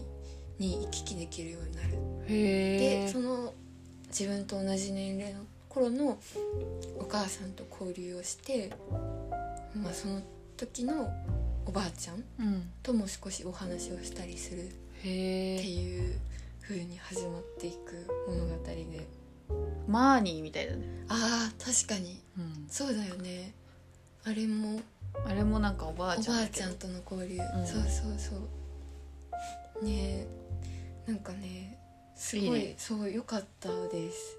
[SPEAKER 1] に行き来できるようになる。
[SPEAKER 2] へ
[SPEAKER 1] で
[SPEAKER 2] え
[SPEAKER 1] その自分と同じ年齢の頃のお母さんと交流をして、まあ、その時のおばあちゃん
[SPEAKER 2] うん
[SPEAKER 1] とも少しお話をしたりする
[SPEAKER 2] へ
[SPEAKER 1] って
[SPEAKER 2] え
[SPEAKER 1] いう風に始まっていく物語で
[SPEAKER 2] マーニーみたいだね
[SPEAKER 1] あー確かに
[SPEAKER 2] うん
[SPEAKER 1] そうだよねあれも
[SPEAKER 2] あれもなんかおばあ
[SPEAKER 1] お
[SPEAKER 2] ちゃん
[SPEAKER 1] ばあ
[SPEAKER 2] だけ
[SPEAKER 1] ち
[SPEAKER 2] ど
[SPEAKER 1] ゃんとの交流、
[SPEAKER 2] うん
[SPEAKER 1] そうそうそうねえなんかねすごい
[SPEAKER 2] いいね
[SPEAKER 1] そう良かったです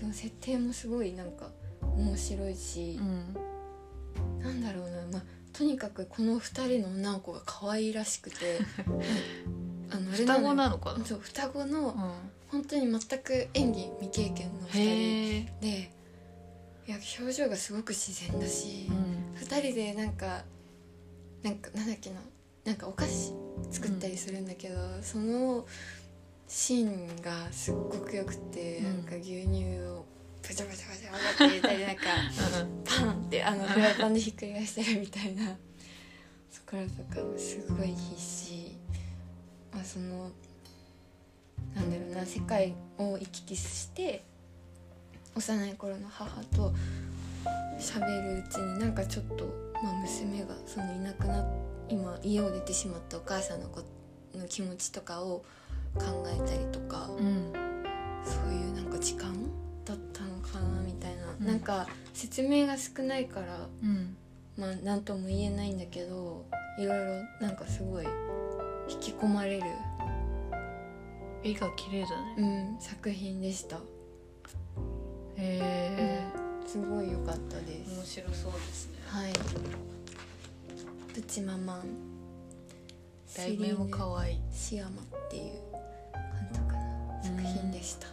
[SPEAKER 1] その設定もすごいなんか面白いし
[SPEAKER 2] う、ん
[SPEAKER 1] なんだろうな、まあ、とにかくこの2人の女の子が可愛らしくて あのあれ
[SPEAKER 2] 双子
[SPEAKER 1] の
[SPEAKER 2] な
[SPEAKER 1] よ
[SPEAKER 2] のかな
[SPEAKER 1] そう双子の
[SPEAKER 2] うん
[SPEAKER 1] 本当に全く演技未経験の2人
[SPEAKER 2] へえ
[SPEAKER 1] でいや表情がすごく自然だし、二人でなんかなんかなんだっけななんかお菓子作ったりするんだけど、そのシーンがすっごくよくて、
[SPEAKER 2] うん
[SPEAKER 1] なんか牛乳をプチャプチャプチャプチャって入れたりなんかパンってあのフライパンでひっくり返してるみたいなそこらとかもすごいいいし、まあ、そのなんだろうな世界を行き来して幼い頃の母と喋るうちになんかちょっと、まあ、娘がそのいなくな今家を出てしまったお母さんの子の気持ちとかを考えたりとか、
[SPEAKER 2] うん
[SPEAKER 1] そういうなんか時間だったのかなみたいな、
[SPEAKER 2] うん
[SPEAKER 1] なんか説明が少ないから
[SPEAKER 2] うん
[SPEAKER 1] まあ何とも言えないんだけどいろいろなんかすごい引き込まれる、
[SPEAKER 2] 絵が綺麗だね
[SPEAKER 1] うん、作品でした
[SPEAKER 2] へ
[SPEAKER 1] すごい良かったで
[SPEAKER 2] え
[SPEAKER 1] す、
[SPEAKER 2] 面白そうですね
[SPEAKER 1] はいプチママン
[SPEAKER 2] 題名も可愛い
[SPEAKER 1] シアマっていう監督の作品でした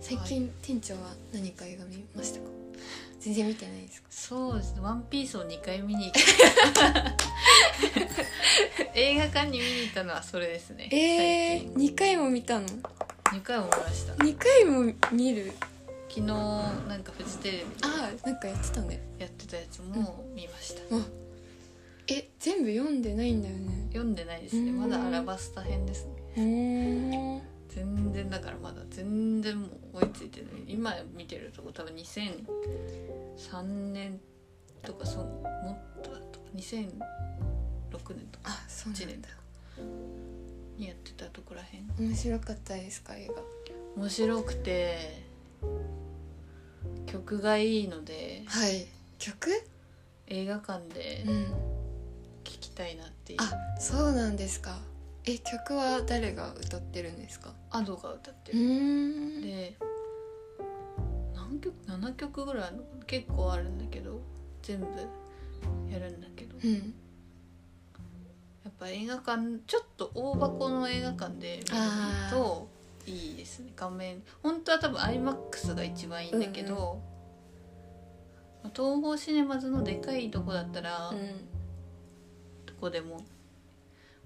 [SPEAKER 1] 最近、店長は何か映画見ましたか 全然見てないですか
[SPEAKER 2] そうですねワンピースを2回見に 行った映画館に見に行ったのはそれですね
[SPEAKER 1] え
[SPEAKER 2] 最
[SPEAKER 1] ー、2回も見たの
[SPEAKER 2] 近2回も見ました昨
[SPEAKER 1] 2回も見る
[SPEAKER 2] 日なんかフジテレビ
[SPEAKER 1] ああなんかやってたんだよ
[SPEAKER 2] やってたやつも見ました
[SPEAKER 1] え全部読んでないんだよね
[SPEAKER 2] 読んでないですねまだアラバスタ編ですね
[SPEAKER 1] うーん
[SPEAKER 2] 全然だからまだ全然もう追いついてない今見てるとこ多分2003年とかそうもっとだとか2006年とか
[SPEAKER 1] あそうな
[SPEAKER 2] 1
[SPEAKER 1] ん
[SPEAKER 2] 年
[SPEAKER 1] だ
[SPEAKER 2] とかにやってたとこらへん
[SPEAKER 1] 面白かったですか映画
[SPEAKER 2] 面白くて曲がいいので
[SPEAKER 1] はい曲
[SPEAKER 2] 映画館で
[SPEAKER 1] うん
[SPEAKER 2] 聴きたいなっていう
[SPEAKER 1] あそうなんですかえ曲は誰が歌ってるんですか
[SPEAKER 2] アドが歌って
[SPEAKER 1] う
[SPEAKER 2] る
[SPEAKER 1] ーん
[SPEAKER 2] で何曲7曲ぐらいあるのかな結構あるんだけど全部やるんだけど
[SPEAKER 1] うん
[SPEAKER 2] やっぱ映画館ちょっと大箱の映画館で見るといいですね画面本当は多分 iMAX が一番いいんだけど、東宝シネマズのでかいとこだったら、
[SPEAKER 1] うん
[SPEAKER 2] どこでも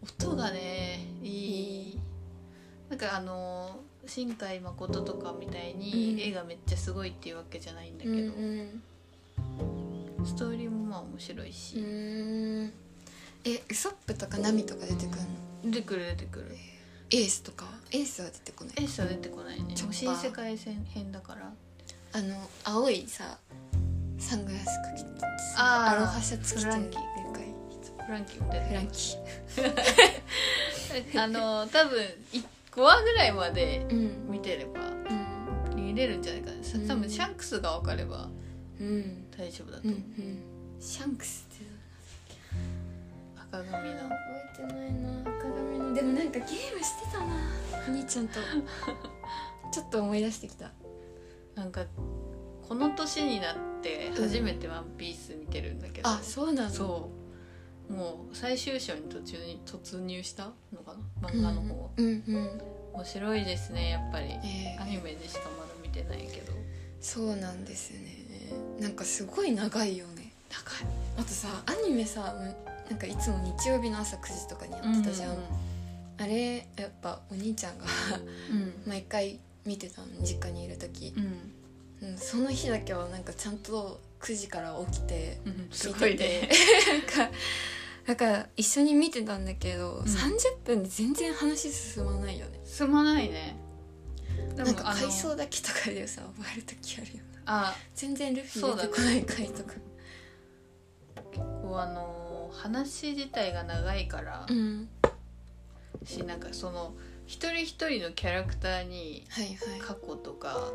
[SPEAKER 2] 音がねいいなんかあの新海誠とかみたいに
[SPEAKER 1] うん
[SPEAKER 2] 絵がめっちゃすごいっていうわけじゃないんだけ
[SPEAKER 1] う
[SPEAKER 2] ど、
[SPEAKER 1] んうん
[SPEAKER 2] ストーリーもまあ面白いうし、
[SPEAKER 1] ーんえウソップとかナミとか出てくるの
[SPEAKER 2] 出てくる出てくる
[SPEAKER 1] エースとかはエースは出てこない
[SPEAKER 2] エースは出てこないね
[SPEAKER 1] チョッパー
[SPEAKER 2] 新世界線編だから
[SPEAKER 1] あの青いさサングラスかけて
[SPEAKER 2] あー
[SPEAKER 1] アロハシャツ着て
[SPEAKER 2] フランキー
[SPEAKER 1] でかい
[SPEAKER 2] フランキーも出て
[SPEAKER 1] フ
[SPEAKER 2] く
[SPEAKER 1] ラ
[SPEAKER 2] る
[SPEAKER 1] ンキ
[SPEAKER 2] あの多分5話ぐらいまで
[SPEAKER 1] ーうん
[SPEAKER 2] 見てれば
[SPEAKER 1] うん
[SPEAKER 2] 見れるんじゃないかなさ多
[SPEAKER 1] う
[SPEAKER 2] 分
[SPEAKER 1] ん
[SPEAKER 2] シャンクスが分かれば
[SPEAKER 1] うん
[SPEAKER 2] 大丈夫だと
[SPEAKER 1] う
[SPEAKER 2] 思う、
[SPEAKER 1] んシャンクスって
[SPEAKER 2] 赤髪の
[SPEAKER 1] 覚えてないな赤髪のでもなんかゲームしてたなお兄ち ゃんとちょっと思い出してきた
[SPEAKER 2] なんかこの年になって初めて「ワンピース見てるんだけど、
[SPEAKER 1] あそうなの
[SPEAKER 2] そうもう最終章に途中に突入したのかな漫画の方は、
[SPEAKER 1] うんうん
[SPEAKER 2] 面白いですねやっぱり
[SPEAKER 1] え
[SPEAKER 2] ア
[SPEAKER 1] ー
[SPEAKER 2] ニメでしかまだ見てないけど
[SPEAKER 1] そうなんですねなんかすごい長いよね
[SPEAKER 2] 高い
[SPEAKER 1] あとさアニメさなんかいつも日曜日の朝9時とかにやってたじゃん、あれやっぱお兄ちゃんが
[SPEAKER 2] うん
[SPEAKER 1] 毎回見てたの実家にいる時、
[SPEAKER 2] うん、
[SPEAKER 1] うん、その日だけはなんかちゃんと9時から起きて
[SPEAKER 2] うん、す
[SPEAKER 1] 見
[SPEAKER 2] ご
[SPEAKER 1] て
[SPEAKER 2] い
[SPEAKER 1] て
[SPEAKER 2] ね
[SPEAKER 1] なんかなんか一緒に見てたんだけど、
[SPEAKER 2] ん
[SPEAKER 1] 30分で全然話進まないよね
[SPEAKER 2] すまないねで
[SPEAKER 1] なんか
[SPEAKER 2] あの
[SPEAKER 1] 回想だけとかでさ覚える時あるよな
[SPEAKER 2] あ
[SPEAKER 1] 全然ルフ
[SPEAKER 2] そ
[SPEAKER 1] ィ
[SPEAKER 2] う
[SPEAKER 1] 出
[SPEAKER 2] だ
[SPEAKER 1] て
[SPEAKER 2] ね
[SPEAKER 1] こない回とか
[SPEAKER 2] こうあの話自体が長いから
[SPEAKER 1] う、ん
[SPEAKER 2] しなんかその一人一人のキャラクターに
[SPEAKER 1] はいはい
[SPEAKER 2] 過去とかなんか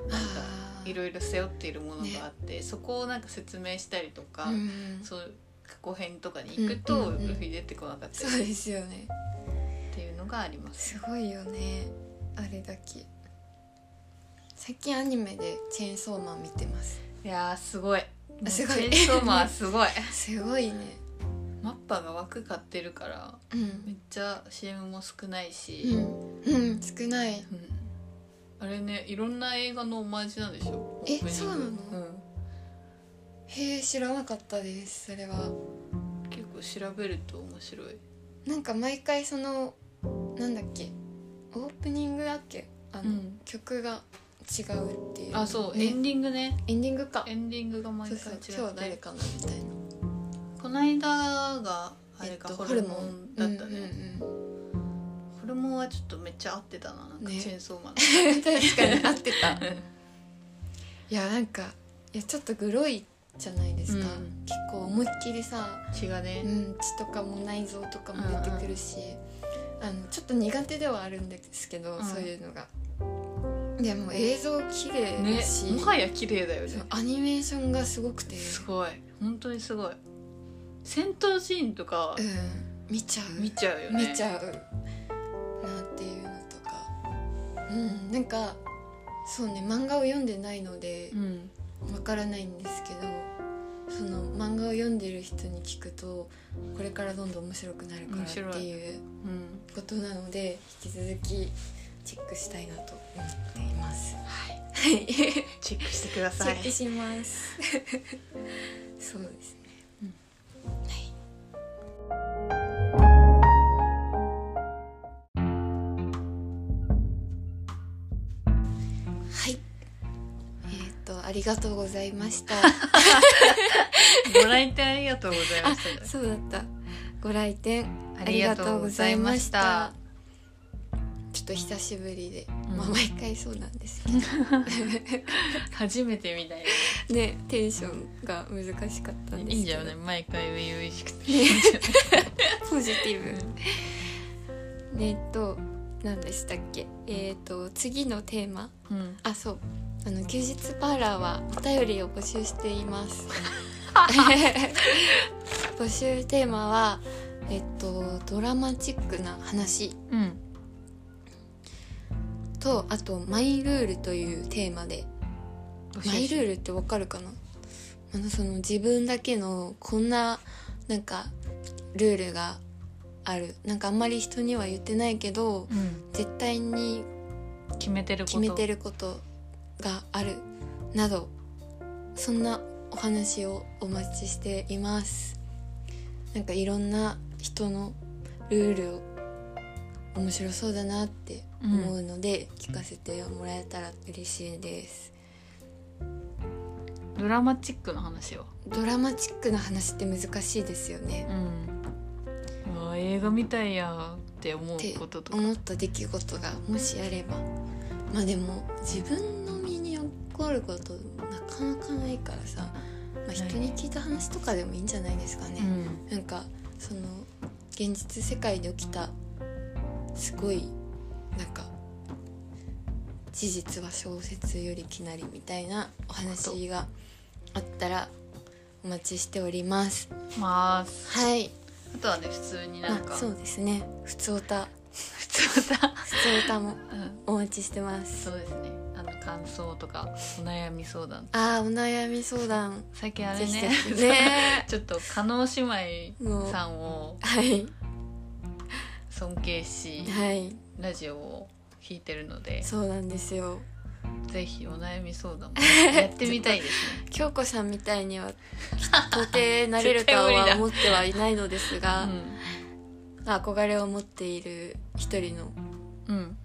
[SPEAKER 1] あー
[SPEAKER 2] いろいろ背負っているものがあって、そこをなんか説明したりとか、
[SPEAKER 1] うん
[SPEAKER 2] そういう過去編とかに行くと、
[SPEAKER 1] うんうんうん
[SPEAKER 2] ルフィ出てこなかった
[SPEAKER 1] そうですよね
[SPEAKER 2] っていうのがあります。
[SPEAKER 1] すごいよねあれだけ最近アニメでチェーンソーマン見てます
[SPEAKER 2] いやーすごい。
[SPEAKER 1] あすごい
[SPEAKER 2] もうチェンソーマン すごい。
[SPEAKER 1] すごいね
[SPEAKER 2] マッパが枠買ってるから
[SPEAKER 1] うん
[SPEAKER 2] めっちゃ CM も少ない
[SPEAKER 1] うん
[SPEAKER 2] し、、
[SPEAKER 1] うん、少ない
[SPEAKER 2] うんあれねいろんな映画のオマージュなんでしょ。
[SPEAKER 1] え
[SPEAKER 2] オープニング
[SPEAKER 1] そうなの
[SPEAKER 2] うん
[SPEAKER 1] へえ知らなかったですそれは
[SPEAKER 2] 結構調べると面白い
[SPEAKER 1] なんか毎回そのなんだっけオープニングだっけあの、
[SPEAKER 2] うん
[SPEAKER 1] 曲が違うっていう
[SPEAKER 2] あそう、
[SPEAKER 1] ね
[SPEAKER 2] エンディングね
[SPEAKER 1] エンディングか
[SPEAKER 2] エンディングが毎
[SPEAKER 1] そうそ
[SPEAKER 2] 回
[SPEAKER 1] う
[SPEAKER 2] 違
[SPEAKER 1] 今日は
[SPEAKER 2] っ
[SPEAKER 1] 誰
[SPEAKER 2] て
[SPEAKER 1] かなみたいな
[SPEAKER 2] この間があれか、
[SPEAKER 1] えっと
[SPEAKER 2] ホルモンだったね、
[SPEAKER 1] うんうん
[SPEAKER 2] ホルモンはちょっとめっちゃ合ってたななんか
[SPEAKER 1] ね
[SPEAKER 2] チェーンソーマン、
[SPEAKER 1] うん確かに合ってたいやなんかいやちょっとグロいじゃないですか、
[SPEAKER 2] うん
[SPEAKER 1] 結構思いっきりさ
[SPEAKER 2] 血がね、
[SPEAKER 1] うん、血とかも内臓とかも出てくるし、あのちょっと苦手ではあるんですけど、
[SPEAKER 2] うん
[SPEAKER 1] そういうのがでも映像綺麗
[SPEAKER 2] ね
[SPEAKER 1] だし、
[SPEAKER 2] もはや綺麗だよね
[SPEAKER 1] そうアニメーションがすごくて
[SPEAKER 2] すごい本当にすごい戦闘シーンとか
[SPEAKER 1] うん、見ちゃう
[SPEAKER 2] 見ちゃうよね、
[SPEAKER 1] 見ちゃうなっていうのとかうんなんかそうね漫画を読んでないので
[SPEAKER 2] うん
[SPEAKER 1] わからないんですけどその漫画を読んでる人に聞くとこれからどんどん面白くなるから
[SPEAKER 2] 面白い
[SPEAKER 1] っていう
[SPEAKER 2] うん
[SPEAKER 1] ことなので引き続きチェックしたいなと思っています。
[SPEAKER 2] はい
[SPEAKER 1] はい、チェ
[SPEAKER 2] チェックしてく ださい
[SPEAKER 1] ックします。そうです ね。
[SPEAKER 2] うん
[SPEAKER 1] はい。はい。えっ、とありがとうございました。
[SPEAKER 2] ご来店ありがとうございました
[SPEAKER 1] そうだった。ご来店ありがとうございまし
[SPEAKER 2] あ
[SPEAKER 1] た。ちょっと久しぶりで、
[SPEAKER 2] ん
[SPEAKER 1] まあ毎回そうなんです けど。
[SPEAKER 2] りがとうございました初めてみたい
[SPEAKER 1] ねテンションが難しかったんですけど
[SPEAKER 2] ないいんじゃない 毎回初々しくて
[SPEAKER 1] ポジティブえっと何でしたっけえっ、と次のテーマ
[SPEAKER 2] うん
[SPEAKER 1] あそうあの休日パーラーはお便りを募集しています 募集テーマはえっとドラマチックな話
[SPEAKER 2] うん
[SPEAKER 1] とあとマイルールというテーマでマイルールってわかるかなあのその自分だけのこんななんかルールがあるなんかあんまり人には言ってないけど
[SPEAKER 2] うん
[SPEAKER 1] 絶対に
[SPEAKER 2] 決めてるこ
[SPEAKER 1] 決
[SPEAKER 2] と
[SPEAKER 1] めてることがあるなどそんなお話をお待ちしていますなんかいろんな人のルールを面白そうだなって思うので、聞かせてもらえたら嬉しいです
[SPEAKER 2] ドラマチックの話を
[SPEAKER 1] ドラマチックな話って難しいですよね
[SPEAKER 2] うんうわ映画みたいやんって思うこととか
[SPEAKER 1] 思った出来事がもしあればまあでも自分の身に起こることなかなかないからさ、まあ、人に聞いた話とかでもいいんじゃないですか
[SPEAKER 2] う
[SPEAKER 1] ね、
[SPEAKER 2] ん
[SPEAKER 1] なんかその現実世界で起きたすごいなんか事実は小説よりきなりみたいなお話があったらお待ちしております
[SPEAKER 2] まああ
[SPEAKER 1] はい
[SPEAKER 2] とはね普通になん
[SPEAKER 1] ま
[SPEAKER 2] か
[SPEAKER 1] あ、そうですね。普通歌、
[SPEAKER 2] 普通だ
[SPEAKER 1] 普通歌も
[SPEAKER 2] うん
[SPEAKER 1] お待ちしてます。
[SPEAKER 2] そうですねあの感想とかお悩み相談
[SPEAKER 1] ああ、お悩み相談。
[SPEAKER 2] 最近あれ
[SPEAKER 1] ぜ
[SPEAKER 2] ね
[SPEAKER 1] ひぜひね
[SPEAKER 2] ちょっと叶姉妹さんを
[SPEAKER 1] はい、
[SPEAKER 2] 尊敬し
[SPEAKER 1] はい、
[SPEAKER 2] ラジオを弾いてるので
[SPEAKER 1] そうなんですよ。
[SPEAKER 2] ぜひお悩み相談も やってみたいですね
[SPEAKER 1] 京子さんみたいには到底なれると
[SPEAKER 2] 絶対無理
[SPEAKER 1] は
[SPEAKER 2] だ
[SPEAKER 1] 思ってはいないのです
[SPEAKER 2] う
[SPEAKER 1] が、
[SPEAKER 2] ん
[SPEAKER 1] 憧れを持っている一人の
[SPEAKER 2] うん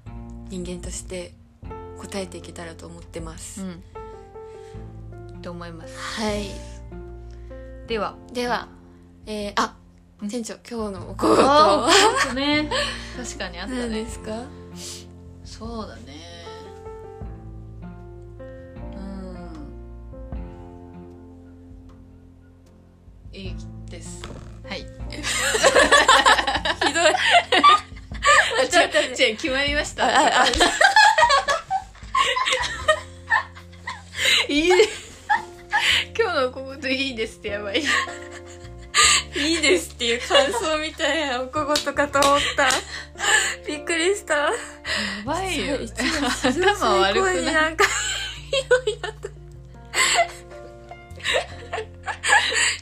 [SPEAKER 1] 人間として答えていけたらと思ってます。
[SPEAKER 2] うんと思います
[SPEAKER 1] はい。
[SPEAKER 2] では
[SPEAKER 1] では、えー、あ、
[SPEAKER 2] うん
[SPEAKER 1] 店長今日のお小言
[SPEAKER 2] あ
[SPEAKER 1] は
[SPEAKER 2] ーそうね確かにあった
[SPEAKER 1] 何
[SPEAKER 2] ね
[SPEAKER 1] ですか？
[SPEAKER 2] そうだねうんいいですはい
[SPEAKER 1] ひどい。
[SPEAKER 2] あちょ違う決まりました
[SPEAKER 1] ああ
[SPEAKER 2] いいね今日のここといいですってやばい
[SPEAKER 1] いいですっていう感想みたいなおこごとかと思った。びっくりした。
[SPEAKER 2] やばいよ
[SPEAKER 1] 一番
[SPEAKER 2] 頭悪く
[SPEAKER 1] すごい
[SPEAKER 2] ない
[SPEAKER 1] んか、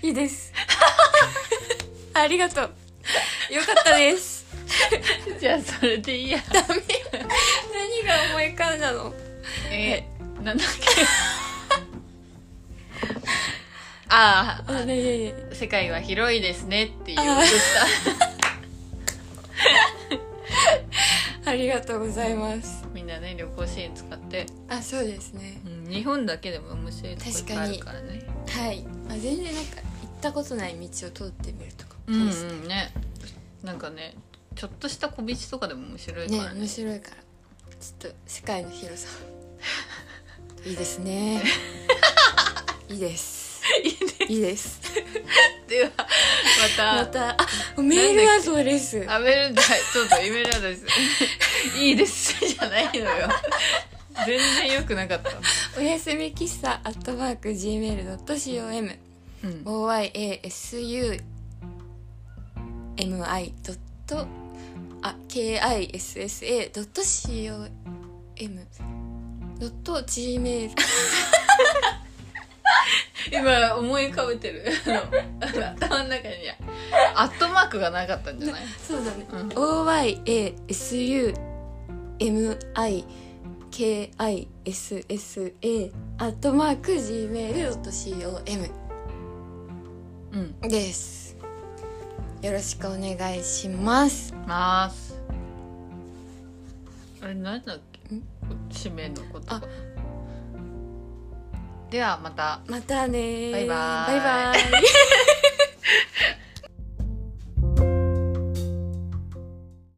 [SPEAKER 1] いいです。ありがとう。よかったです。
[SPEAKER 2] じゃあそれでいいや
[SPEAKER 1] 何が思い浮かんだの
[SPEAKER 2] えー、なんだっ あ
[SPEAKER 1] あ
[SPEAKER 2] あ
[SPEAKER 1] いやいやいや
[SPEAKER 2] 世界は広いですねっていう
[SPEAKER 1] あー
[SPEAKER 2] でした
[SPEAKER 1] ありがとうございます
[SPEAKER 2] みんなね旅行支援使って、
[SPEAKER 1] あそうですね
[SPEAKER 2] うん日本だけでも面白いとこいっぱいあるからね
[SPEAKER 1] はい、まあ、全然なんか行ったことない道を通ってみるとか
[SPEAKER 2] う
[SPEAKER 1] も
[SPEAKER 2] ん
[SPEAKER 1] 楽
[SPEAKER 2] う
[SPEAKER 1] しい
[SPEAKER 2] んねなんかねちょっとした小道とかでも面白いか
[SPEAKER 1] ね
[SPEAKER 2] らね
[SPEAKER 1] 面白いからちょっと世界の広さいいですねいいです いいです
[SPEAKER 2] ではま
[SPEAKER 1] ま
[SPEAKER 2] た
[SPEAKER 1] たあメールアドレス
[SPEAKER 2] アメルダそうそうイメルアドレス いいですじゃないの よ全然良くなかった、
[SPEAKER 1] おやすみ喫茶アットマーク Gmail.com
[SPEAKER 2] うん、
[SPEAKER 1] oyasumi ドットあ kissa ドット com ドット gmail
[SPEAKER 2] 今思い浮かべてるあの 頭の中にアットマークがなかったんじゃない
[SPEAKER 1] そうだね
[SPEAKER 2] うん
[SPEAKER 1] oyasumi kissa アットマーク gmail.com
[SPEAKER 2] うん
[SPEAKER 1] ですよろしくお願いします
[SPEAKER 2] ますあれ何だっけ
[SPEAKER 1] ん
[SPEAKER 2] 締めのこと
[SPEAKER 1] あ
[SPEAKER 2] ではまた
[SPEAKER 1] またねー
[SPEAKER 2] バイバーイ
[SPEAKER 1] バイバイ